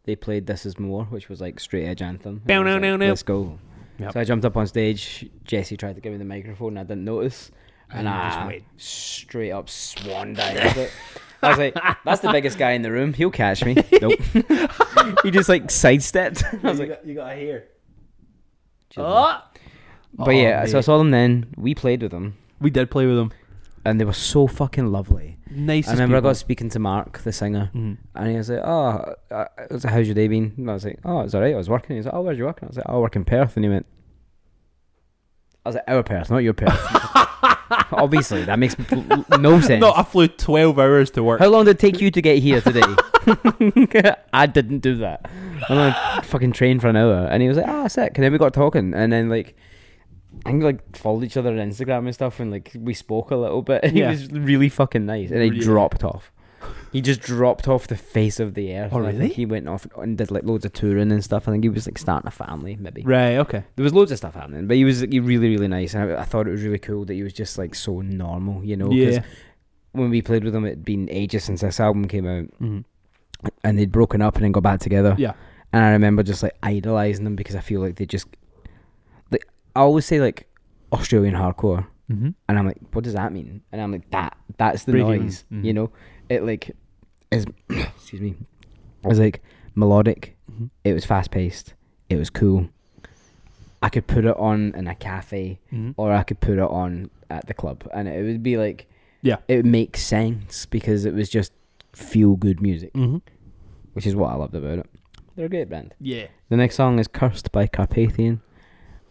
Speaker 2: They played This Is More, which was like straight edge anthem. And I
Speaker 1: Bow,
Speaker 2: was
Speaker 1: now,
Speaker 2: like,
Speaker 1: now, now.
Speaker 2: Let's go.
Speaker 1: Yep.
Speaker 2: So I jumped up on stage. Jesse tried to give me the microphone, and I didn't notice. And
Speaker 1: you just
Speaker 2: I
Speaker 1: went-
Speaker 2: straight up swan dived. it. I was like, "That's the biggest guy in the room. He'll catch me." Nope. he just like sidestepped. I was like,
Speaker 1: got, you got to hear.
Speaker 2: "Chill, man."
Speaker 1: Oh.
Speaker 2: "But yeah." So I
Speaker 1: mate.
Speaker 2: saw them then. We played with them,
Speaker 1: we did play with them.
Speaker 2: and they were so fucking lovely.
Speaker 1: Nice.
Speaker 2: I remember I got speaking to Mark, the singer,
Speaker 1: Mm.
Speaker 2: and he was like, "Oh, uh, I was like, how's your day been?" And I was like, "Oh, it's alright. I was working." He's like, "Oh, where's you working?" I was like, "Oh, I work in Perth." And he went, "I was like, our Perth, not your Perth." Obviously, that makes l- l- no sense.
Speaker 1: No, I flew 12 hours to work.
Speaker 2: How long did it take you to get here today? I didn't do that. I'm on a fucking train for an hour, and he was like, "Ah, sick." And then we got talking, and then like. I think we, like followed each other on Instagram and stuff, and like we spoke a little bit. He
Speaker 1: Yeah.
Speaker 2: was really fucking nice, and he
Speaker 1: Really.
Speaker 2: dropped off. He just dropped off the face of the earth.
Speaker 1: Oh,
Speaker 2: and I
Speaker 1: really?
Speaker 2: think he went off and did like loads of touring and stuff. I think he was like starting a family, maybe.
Speaker 1: Right. Okay.
Speaker 2: There was loads of stuff happening, but he was like, really, really nice, and I, I thought it was really cool that he was just like so normal, you know. 'cause
Speaker 1: yeah.
Speaker 2: When we played with him, it'd been ages since this album came out,
Speaker 1: Mhm.
Speaker 2: and they'd broken up and then got back together.
Speaker 1: Yeah.
Speaker 2: And I remember just like idolizing them because I feel like they just, like I always say like Australian hardcore,
Speaker 1: Mm-hmm.
Speaker 2: and I'm like, what does that mean? And I'm like, that that's the
Speaker 1: Break even.
Speaker 2: noise,
Speaker 1: Mhm.
Speaker 2: you know. It like is excuse me, it was like melodic.
Speaker 1: Mhm.
Speaker 2: It was fast paced. It was cool. I could put it on in a cafe,
Speaker 1: Mhm.
Speaker 2: or I could put it on at the club, and it would be like,
Speaker 1: Yeah.
Speaker 2: it would make sense because it was just feel good music,
Speaker 1: Mm-hmm.
Speaker 2: which is what I loved about it. They're a great band.
Speaker 1: Yeah.
Speaker 2: The next song is "Cursed" by Carpathian.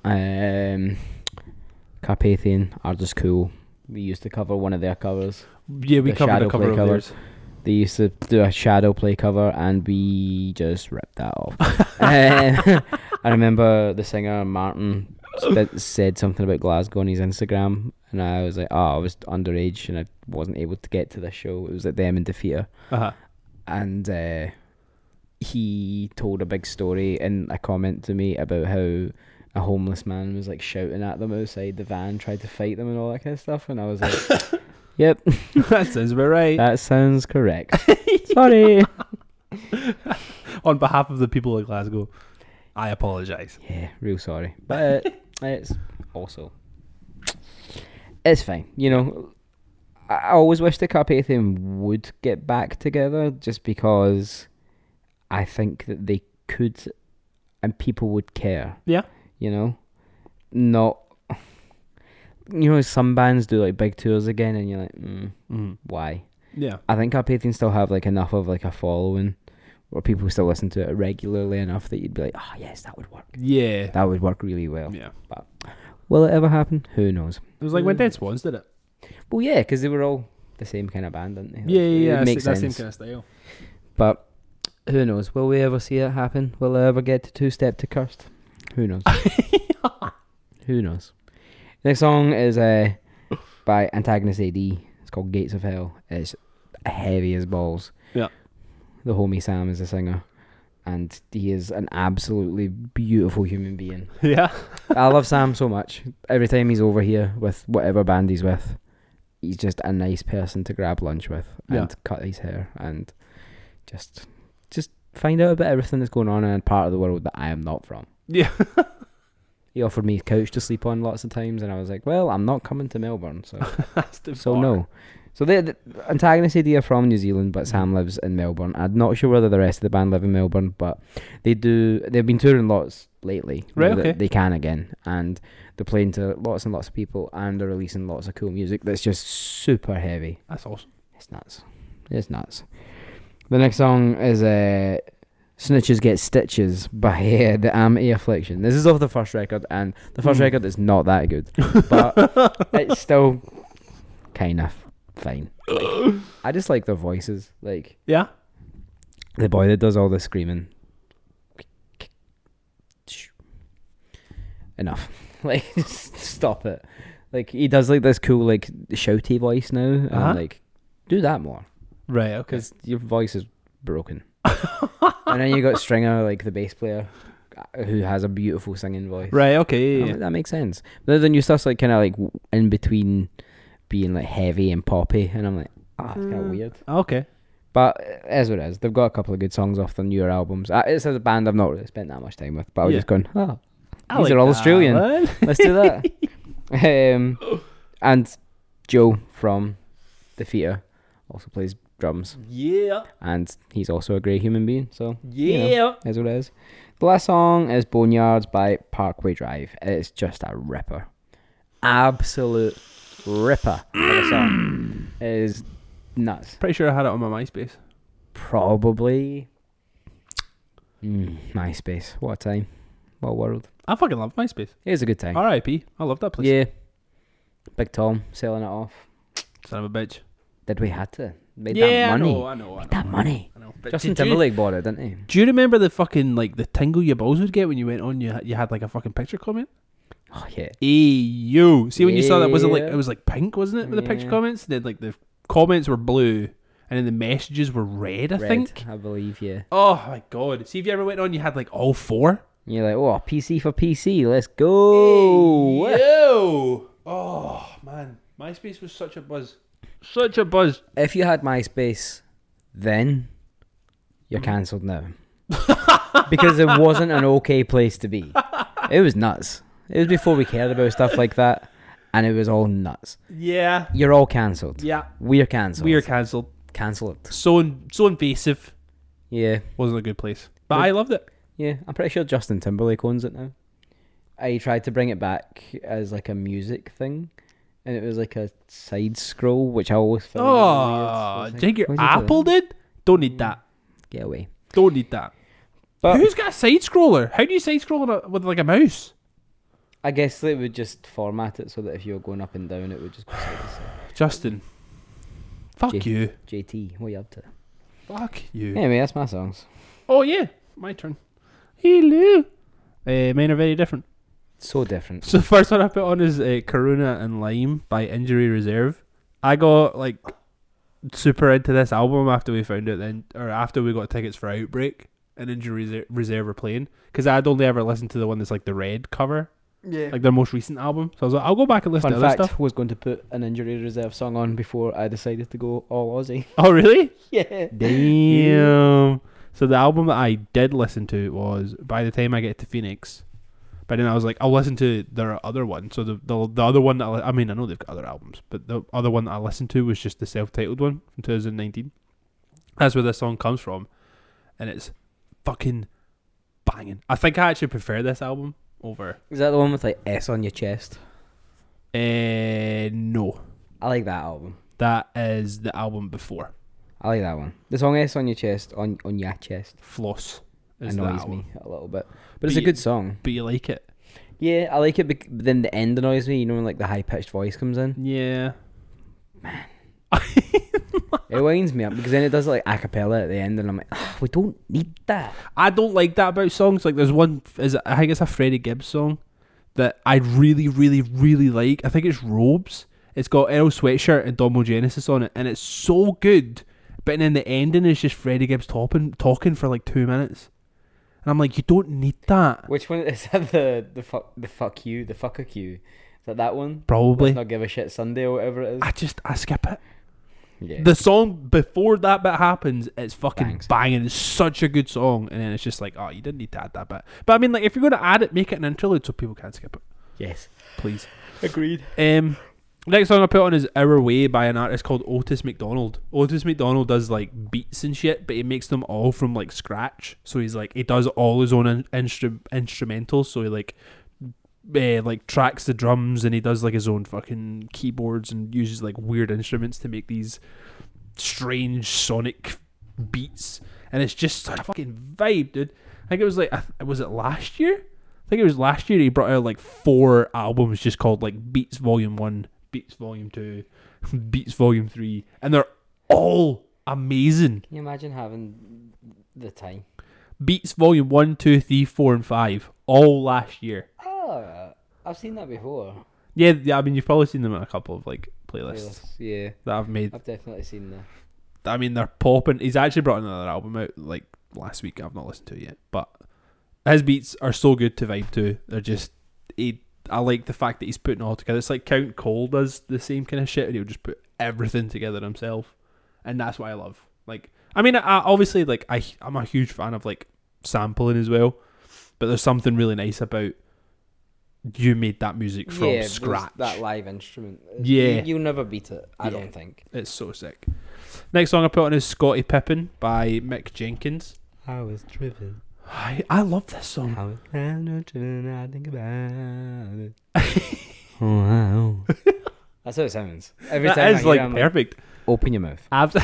Speaker 2: Um, Carpathian are just cool. We used to cover one of their covers.
Speaker 1: Yeah. We
Speaker 2: The
Speaker 1: covered
Speaker 2: shadow
Speaker 1: a cover
Speaker 2: play
Speaker 1: of
Speaker 2: cover.
Speaker 1: theirs.
Speaker 2: They used to do a shadow play cover, and we just ripped that off. Um, I remember the singer Martin st- said something about Glasgow on his Instagram, and I was like, "Oh, I was underage and I wasn't able to get to this show. It was at them in Defeater."
Speaker 1: Uh-huh.
Speaker 2: and uh, he told a big story in a comment to me about how a homeless man was like shouting at them outside the van, tried to fight them and all that kind of stuff, and I was like, "Yep,
Speaker 1: that sounds about right.
Speaker 2: that sounds correct." Sorry.
Speaker 1: On behalf of the people of Glasgow, I apologise.
Speaker 2: Yeah, real sorry, but uh, it's also it's fine. You know, I I always wish the Carpathian would get back together, just because I think that they could, and people would care.
Speaker 1: Yeah.
Speaker 2: you know, not. You know, some bands do like big tours again, and you're like, mm,
Speaker 1: Mm.
Speaker 2: why?
Speaker 1: Yeah.
Speaker 2: I think Carpathian still have like enough of like a following, where people still listen to it regularly enough that you'd be like, oh yes, that would work.
Speaker 1: Yeah.
Speaker 2: That would work really well.
Speaker 1: Yeah.
Speaker 2: Will it ever happen? Who knows?
Speaker 1: It was like when
Speaker 2: Mm.
Speaker 1: Dead Swans did it.
Speaker 2: Well, yeah, because they were all the same kind of band, didn't they? Like,
Speaker 1: Yeah, yeah, yeah.
Speaker 2: It
Speaker 1: Makes
Speaker 2: makes
Speaker 1: that
Speaker 2: sense.
Speaker 1: same kind of style.
Speaker 2: But who knows? Will we ever see it happen? Will I ever get to two step to cursed? Who knows? who knows? Next song is uh, by Antagonist AD. It's called Gates of Hell. It's heavy as balls.
Speaker 1: Yeah.
Speaker 2: The homie Sam is a singer, and he is an absolutely beautiful human being.
Speaker 1: Yeah.
Speaker 2: I love Sam so much. Every time he's over here with whatever band he's with, he's just a nice person to grab lunch with and
Speaker 1: Yeah.
Speaker 2: cut his hair and just just find out about everything that's going on in a part of the world that I am not from.
Speaker 1: Yeah.
Speaker 2: He offered me his couch to sleep on lots of times, and I was like, "Well, I'm not coming to Melbourne, so
Speaker 1: That's the
Speaker 2: so
Speaker 1: bar.
Speaker 2: no." So the, the antagonist idea from New Zealand, but
Speaker 1: Mm.
Speaker 2: Sam lives in Melbourne. I'm not sure whether the rest of the band live in Melbourne, but they do. They've been touring lots lately. now
Speaker 1: Right,
Speaker 2: that
Speaker 1: okay.
Speaker 2: They can again, and they're playing to lots and lots of people, and they're releasing lots of cool music that's just super heavy.
Speaker 1: That's awesome.
Speaker 2: It's nuts. It's nuts. The next song is uh, Snitches Get Stitches by uh, the Amity Affliction. This is off the first record, and the first
Speaker 1: Mm.
Speaker 2: record is not that good, but it's still kind of fine. Like, I just like their voices. Like,
Speaker 1: Yeah.
Speaker 2: the boy that does all the screaming. Enough. Like, just stop it. Like, he does like this cool, like, shouty voice now. And
Speaker 1: Uh-huh.
Speaker 2: I'm like, do that more
Speaker 1: Right. Okay.
Speaker 2: because your voice is broken. and then you got Stringer, like the bass player, uh, who has a beautiful singing voice.
Speaker 1: Right. Okay.
Speaker 2: I'm
Speaker 1: Yeah. yeah,
Speaker 2: like, that makes sense. But then you stuff's like kind of like w- in between being like heavy and poppy, and I'm like, ah, it's kind of
Speaker 1: Mm.
Speaker 2: weird.
Speaker 1: yeah. Okay.
Speaker 2: But eh, as it is, they've got a couple of good songs off their newer albums. Uh, It's a band I've not really spent that much time with, but I was
Speaker 1: Yeah.
Speaker 2: just going, oh,
Speaker 1: I
Speaker 2: These
Speaker 1: like
Speaker 2: are all
Speaker 1: that
Speaker 2: Australian.
Speaker 1: one.
Speaker 2: let's do that. um, and Joe from The Fear also plays drums,
Speaker 1: Yeah.
Speaker 2: and he's also a great human being. So
Speaker 1: Yeah.
Speaker 2: is what it is. The last song is Boneyards by Parkway Drive. It's just a ripper. Absolute ripper of a song. It is nuts.
Speaker 1: Pretty sure I had it on my MySpace.
Speaker 2: Probably mm, MySpace. What a time. What a world.
Speaker 1: I fucking love MySpace.
Speaker 2: It was a good time.
Speaker 1: R.I.P. I love that place.
Speaker 2: Yeah. Big Tom selling it off.
Speaker 1: Son of a bitch.
Speaker 2: Did we had to? Made
Speaker 1: yeah.
Speaker 2: that money.
Speaker 1: I know. I know. I know.
Speaker 2: That money.
Speaker 1: I know. But
Speaker 2: Justin
Speaker 1: did you-
Speaker 2: Timberlake bought it, didn't he?
Speaker 1: Do you remember the fucking like the tingle your balls would get when you went on? You you had like a fucking picture comment.
Speaker 2: Oh yeah.
Speaker 1: EU. See when you saw that was it like
Speaker 2: Yeah.
Speaker 1: it was like pink, wasn't it? With the picture
Speaker 2: Yeah.
Speaker 1: comments, and then like the comments were blue, and then the messages were red. I
Speaker 2: Red,
Speaker 1: think.
Speaker 2: I believe, yeah.
Speaker 1: Oh my god! See if you ever went on, you had like all four.
Speaker 2: And you're like, oh, PC for PC, let's go.
Speaker 1: yo! Oh man, MySpace was such a buzz, such a buzz.
Speaker 2: If you had MySpace then,
Speaker 1: Mm-hmm.
Speaker 2: you're cancelled now. because it wasn't an okay place to be. It was nuts. It was before we cared about stuff like that, and it was all nuts.
Speaker 1: Yeah,
Speaker 2: You're all cancelled.
Speaker 1: yeah.
Speaker 2: We're cancelled.
Speaker 1: We are cancelled.
Speaker 2: cancelled. it.
Speaker 1: So in, so invasive.
Speaker 2: Yeah.
Speaker 1: Wasn't a good place, but I loved it.
Speaker 2: Yeah, I'm pretty sure Justin Timberlake owns it now. I tried to bring it back as like a music thing, and it was like a side scroll, which I always found.
Speaker 1: Oh,
Speaker 2: weird. So I was like,
Speaker 1: do you think your
Speaker 2: "Why'd you do
Speaker 1: Apple did? Don't need that.
Speaker 2: that? get away.
Speaker 1: Don't need that.
Speaker 2: But
Speaker 1: Who's got a side scroller? How do you side scroll on a, with like a mouse?
Speaker 2: I guess they would just format it so that if you were going up and down, it would just go side to side.
Speaker 1: Justin, fuck
Speaker 2: Jay.
Speaker 1: you,
Speaker 2: JT, what are you up to?
Speaker 1: fuck you.
Speaker 2: Anyway, that's my songs.
Speaker 1: Oh yeah, my turn. Hello. Uh, mine are very different.
Speaker 2: So different.
Speaker 1: So the first one I put on is uh, Karuna and Lime by Injury Reserve. I got like super into this album after we found out then, or after we got tickets for Outbreak and Injury Reser- Reserve were playing because I'd only ever listened to the one that's like the red cover,
Speaker 2: Yeah.
Speaker 1: like their most recent album. So I was like, I'll go back and listen
Speaker 2: Fun
Speaker 1: to
Speaker 2: fact:
Speaker 1: other stuff.
Speaker 2: was going to put an injury reserve song on before I decided to go all Aussie.
Speaker 1: Oh really?
Speaker 2: yeah.
Speaker 1: Damn. So the album that I did listen to was by the time I get to Phoenix. But then I was like, I'll listen to their other one. So the the, the other one that I, li- I mean, I know they've got other albums, but the other one that I listened to was just the self titled one from 2019. That's where this song comes from, and it's fucking banging. I think I actually prefer this album over.
Speaker 2: Is that the one with like S on your chest?
Speaker 1: Uh, no,
Speaker 2: I like that album.
Speaker 1: that is the album before
Speaker 2: I like that one. The song "S on Your Chest" on on your chest
Speaker 1: Floss. Is the
Speaker 2: annoys
Speaker 1: album.
Speaker 2: me a little bit, but it's
Speaker 1: But
Speaker 2: a
Speaker 1: you-
Speaker 2: good song.
Speaker 1: but you like it.
Speaker 2: Yeah, I like it. Bec- but then the end annoys me. You know when like the high pitched voice comes in,
Speaker 1: Yeah.
Speaker 2: it winds me up because then it does like a cappella at the end, and I'm like, "Ah, we don't need that.
Speaker 1: I don't like that about songs. Like there's one is it- I think it's a Freddie Gibbs song that I really, really, really like. I think it's Robes. It's got Earl Sweatshirt and Domo Genesis on it, and it's so good. But then the ending is just Freddie Gibbs talking, talking for like two minutes, and I'm like, you don't need that.
Speaker 2: Which one is that? The the fuck the fuck you the fucker you? Is that that one?
Speaker 1: Probably.
Speaker 2: Not give a shit Sunday or whatever it is.
Speaker 1: I just I skip it.
Speaker 2: Yeah.
Speaker 1: The song before that bit happens, it's fucking
Speaker 2: Bangs.
Speaker 1: banging. It's such a good song, and then it's just like, oh, you didn't need to add that bit. But I mean, like, if you're gonna add it, make it an interlude so people can't skip it,
Speaker 2: yes.
Speaker 1: please.
Speaker 2: Agreed.
Speaker 1: Um, next song I put on is "Our Way" by an artist called Otis McDonald. Otis McDonald does like beats and shit, but he makes them all from like scratch. So he's like he does all his own in- instru- instrumentals. So he like. Uh, like tracks the drums and he does like his own fucking keyboards and uses like weird instruments to make these strange sonic beats and it's just such a fucking vibe dude i think it was like I th- was it last year I think it was last year he brought out like four albums just called like Beats Volume 1, Beats Volume 2, Beats Volume 3, and they're all amazing.
Speaker 2: Can you imagine having the time?
Speaker 1: Beats Volume 1, 2, 3, 4, and 5, all last year.
Speaker 2: Oh, I've seen that before.
Speaker 1: Yeah, yeah, I mean, you've probably seen them in a couple of like playlists
Speaker 2: Yeah,
Speaker 1: that I've made.
Speaker 2: I've definitely seen that.
Speaker 1: I mean, they're popping. He's actually brought another album out like last week. I've not listened to it yet, but his beats are so good to vibe to. They're just he. I like the fact that he's putting it all together. It's like Count Cole does the same kind of shit, and he'll just put everything together himself, and that's what I love. Like, I mean, I, I obviously like I I'm a huge fan of like sampling as well, but there's something really nice about you made that music from
Speaker 2: yeah, there's
Speaker 1: scratch.
Speaker 2: That live instrument.
Speaker 1: Yeah.
Speaker 2: You- You'll never beat it, I
Speaker 1: Yeah.
Speaker 2: don't think.
Speaker 1: It's so sick. Next song I put on is Scotty Pippin by Mick Jenkins.
Speaker 2: I was driven.
Speaker 1: I, I love this song.
Speaker 2: I was driven. I think about it. wow. That's how it sounds. Every
Speaker 1: That
Speaker 2: time I
Speaker 1: is
Speaker 2: hear
Speaker 1: like
Speaker 2: it, I'm like,
Speaker 1: perfect.
Speaker 2: open your mouth.
Speaker 1: Abs-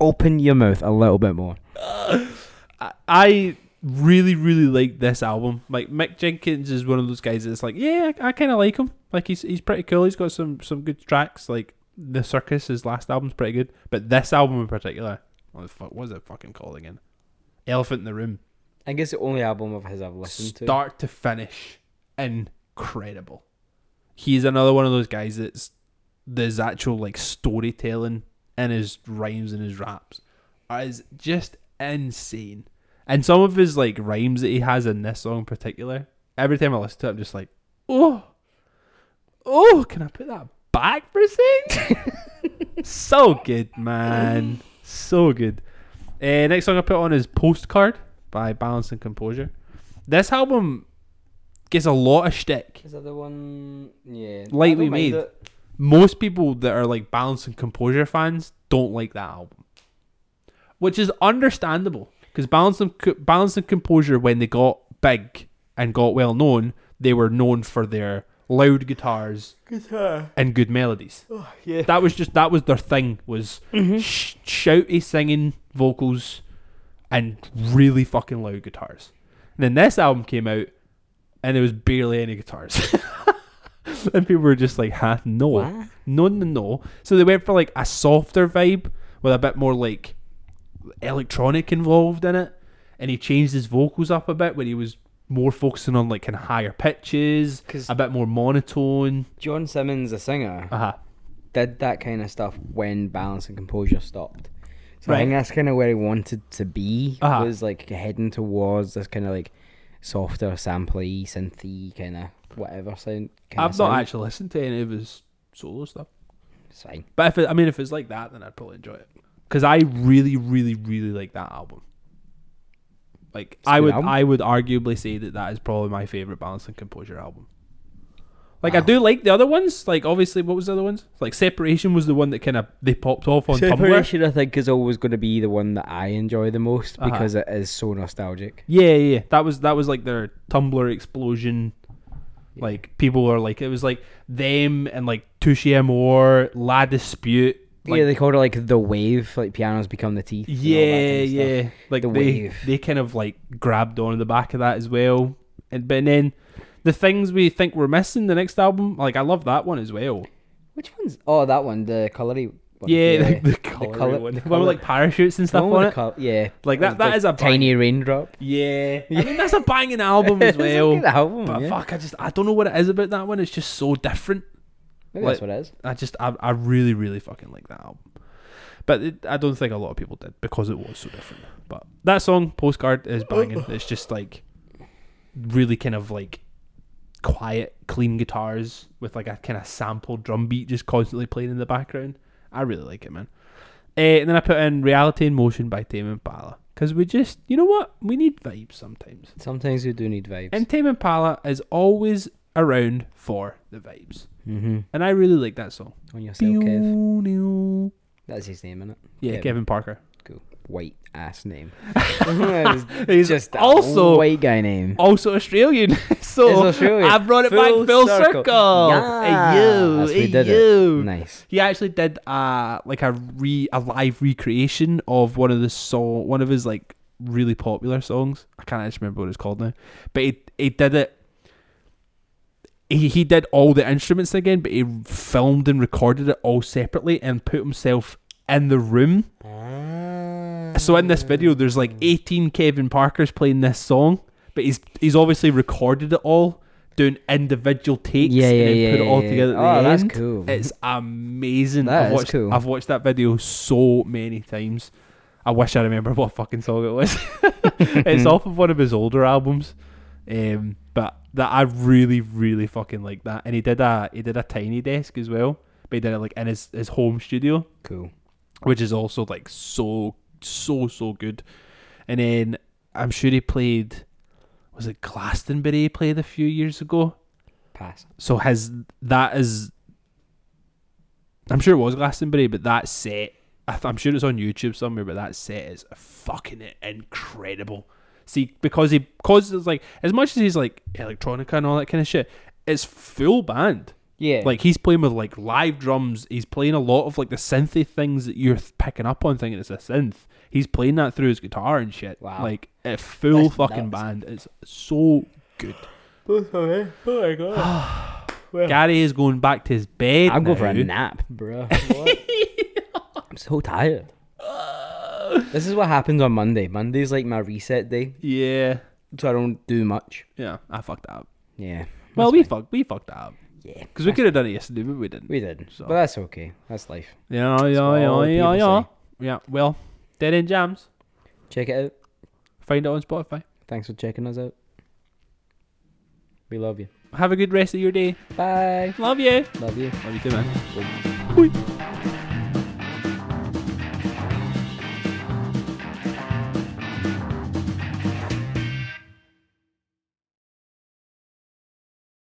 Speaker 2: Open your mouth a little bit more.
Speaker 1: I- I really, really like this album. Like Mick Jenkins is one of those guys that's like, yeah, I, I kind of like him. Like he's he's pretty cool. He's got some some good tracks. Like The Circus, his last album's pretty good, but this album in particular, what the fuck was it fucking called again? Elephant in the Room.
Speaker 2: I guess the only album of his I've listened to.
Speaker 1: start to finish incredible he's another one of those guys that's there's actual like storytelling in his rhymes and his raps is just insane. And some of his like rhymes that he has in this song in particular, every time I listen to it, I'm just like, oh, oh, can I put that back for a sec? so good, man. So good. Uh, next song I put on is Postcard by Balance and Composure. This album gets a lot of shtick.
Speaker 2: Is that the one? Yeah.
Speaker 1: Like
Speaker 2: I don't
Speaker 1: we
Speaker 2: mind
Speaker 1: made.
Speaker 2: it.
Speaker 1: Most people that are like Balance and Composure fans don't like that album, which is understandable because Balance and Co- Balance and Composure, when they got big and got well known, they were known for their loud guitars and good melodies.
Speaker 2: Oh, yeah.
Speaker 1: That was just that was their thing was
Speaker 2: Mm-hmm.
Speaker 1: sh- shouty singing vocals and really fucking loud guitars. And then this album came out and there was barely any guitars. and people were just like, huh, no.
Speaker 2: What?
Speaker 1: No no no. So they went for like a softer vibe with a bit more like electronic involved in it. And he changed his vocals up a bit when he was more focusing on like kind of higher pitches,
Speaker 2: 'Cause-
Speaker 1: a bit more monotone.
Speaker 2: John Simmons, the singer,
Speaker 1: Uh-huh.
Speaker 2: did that kind of stuff when Balance and Composure stopped. So I think
Speaker 1: Right.
Speaker 2: that's kind of where he wanted to be.
Speaker 1: Uh-huh.
Speaker 2: Was like heading towards this kind of like softer, sampley, synthy kind of whatever sound. Kind
Speaker 1: I've not actually listened to any of his solo stuff.
Speaker 2: It's fine.
Speaker 1: But if it, I mean, if it's like that, then I'd probably enjoy it because I really, really, really like that album. Like I
Speaker 2: good
Speaker 1: would,
Speaker 2: album.
Speaker 1: I would arguably say that that is probably my favorite Balance and Composure album. Like I do like the other ones. Like obviously, what was the other ones? Like Separation was the one that kind of they popped off on Tumblr.
Speaker 2: Separation, I think, is always going to be the one that I enjoy the most
Speaker 1: Uh-huh.
Speaker 2: because it is so nostalgic.
Speaker 1: Yeah, yeah, yeah. that was that was like their Tumblr explosion. Like people are like it was like them and like Touche Amore, La Dispute. Like,
Speaker 2: yeah, they called it like the wave, like pianos become the teeth. and all that
Speaker 1: Yeah,
Speaker 2: kind of stuff.
Speaker 1: yeah. Like
Speaker 2: The
Speaker 1: they
Speaker 2: wave.
Speaker 1: they kind of like grabbed on the back of that as well. And but then the things we think we're missing the next album, like I love that one as well.
Speaker 2: Which one's? Oh, that one, the colory. One.
Speaker 1: Yeah, the, the colour
Speaker 2: colour-
Speaker 1: one.
Speaker 2: the
Speaker 1: The one with like parachutes and
Speaker 2: The
Speaker 1: stuff
Speaker 2: one
Speaker 1: on
Speaker 2: with
Speaker 1: it.
Speaker 2: the col- yeah,
Speaker 1: Like, that-
Speaker 2: With
Speaker 1: that
Speaker 2: the
Speaker 1: is a
Speaker 2: tiny raindrop.
Speaker 1: yeah, I mean that's a banging album as
Speaker 2: It's a
Speaker 1: well.
Speaker 2: good album,
Speaker 1: oh. but
Speaker 2: yeah.
Speaker 1: fuck, I just I don't know what it is about that one. It's just so different.
Speaker 2: Maybe that's
Speaker 1: like-
Speaker 2: what it is.
Speaker 1: I just I, I really really fucking like that album, but it, I don't think a lot of people did because it was so different. But that song "Postcard" is banging. It's just like really kind of like quiet, clean guitars with like a kind of sample drum beat just constantly playing in the background. I really like it, man. Eh, and then I put in "Reality in Motion" by Tame Impala because we just you know what we need vibes sometimes,
Speaker 2: Sometimes we do need vibes.
Speaker 1: and Tame Impala is always around for the vibes,
Speaker 2: mm-hmm.
Speaker 1: and I really like that song.
Speaker 2: On yourself, Kev.
Speaker 1: Pew,
Speaker 2: That's his name, isn't it?
Speaker 1: yeah,
Speaker 2: Kevin.
Speaker 1: Kevin Parker.
Speaker 2: Cool. White ass name. It's
Speaker 1: He's
Speaker 2: just a
Speaker 1: also-
Speaker 2: white guy name.
Speaker 1: Also Australian. so
Speaker 2: It's Australian.
Speaker 1: I brought it back full circle.
Speaker 2: Yeah.
Speaker 1: Hey, you,
Speaker 2: That's-
Speaker 1: hey,
Speaker 2: we did
Speaker 1: you.
Speaker 2: it. Nice.
Speaker 1: He actually did uh like a re a live recreation of one of the song one of his like really popular songs. I can't actually remember what it's called now. But he he did it he, he did all the instruments again, but he filmed and recorded it all separately and put himself in the room So in this video, there's like 18 Kevin Parkers playing this song, but he's he's obviously recorded it all, doing individual takes,
Speaker 2: Yeah, yeah,
Speaker 1: and then
Speaker 2: yeah.
Speaker 1: put it all
Speaker 2: yeah.
Speaker 1: together. At
Speaker 2: Oh,
Speaker 1: the
Speaker 2: that's
Speaker 1: end.
Speaker 2: cool.
Speaker 1: It's amazing.
Speaker 2: That
Speaker 1: I've
Speaker 2: is
Speaker 1: watched,
Speaker 2: cool.
Speaker 1: I've watched that video so many times. I wish I remember what fucking song it was. it's off of one of his older albums, um, but that I really, really fucking like that. And he did a he did a tiny desk as well, but he did it like in his his home studio
Speaker 2: cool.
Speaker 1: which is also like so so so good. And then I'm sure he played was it Glastonbury he played a few years ago.
Speaker 2: Pass.
Speaker 1: So his that is I'm sure it was Glastonbury, but that set I th- I'm sure it's on YouTube somewhere, but that set is fucking incredible. See, because he because it's like as much as he's like electronica and all that kind of shit, it's full band.
Speaker 2: Yeah.
Speaker 1: Like he's playing with like live drums. He's playing a lot of like the synthy things that you're th- picking up on, thinking it's a synth. He's playing that through his guitar and shit.
Speaker 2: Wow.
Speaker 1: Like a full
Speaker 2: That's
Speaker 1: fucking
Speaker 2: nuts.
Speaker 1: band. It's so good.
Speaker 2: Oh my god.
Speaker 1: Gary is going back to his bed.
Speaker 2: I'll go for a
Speaker 1: now.
Speaker 2: nap, bro. I'm so tired. This is what happens on Monday. Monday's like my reset day,
Speaker 1: Yeah,
Speaker 2: so I don't do much.
Speaker 1: yeah. I fucked that up.
Speaker 2: Yeah.
Speaker 1: Well, we fucked. We fucked that up.
Speaker 2: Yeah.
Speaker 1: Because we could have done it yesterday, but we didn't.
Speaker 2: We didn't.
Speaker 1: So-
Speaker 2: But that's okay. That's life.
Speaker 1: Yeah,
Speaker 2: all
Speaker 1: yeah, yeah,
Speaker 2: the
Speaker 1: yeah,
Speaker 2: people
Speaker 1: yeah.
Speaker 2: say.
Speaker 1: Yeah, well, Dead End Jams.
Speaker 2: Check it out.
Speaker 1: Find it on Spotify.
Speaker 2: Thanks for checking us out. We love you.
Speaker 1: Have a good rest of your day.
Speaker 2: Bye.
Speaker 1: Love you.
Speaker 2: Love you.
Speaker 1: Love you too, man.
Speaker 2: Bye.
Speaker 1: Bye.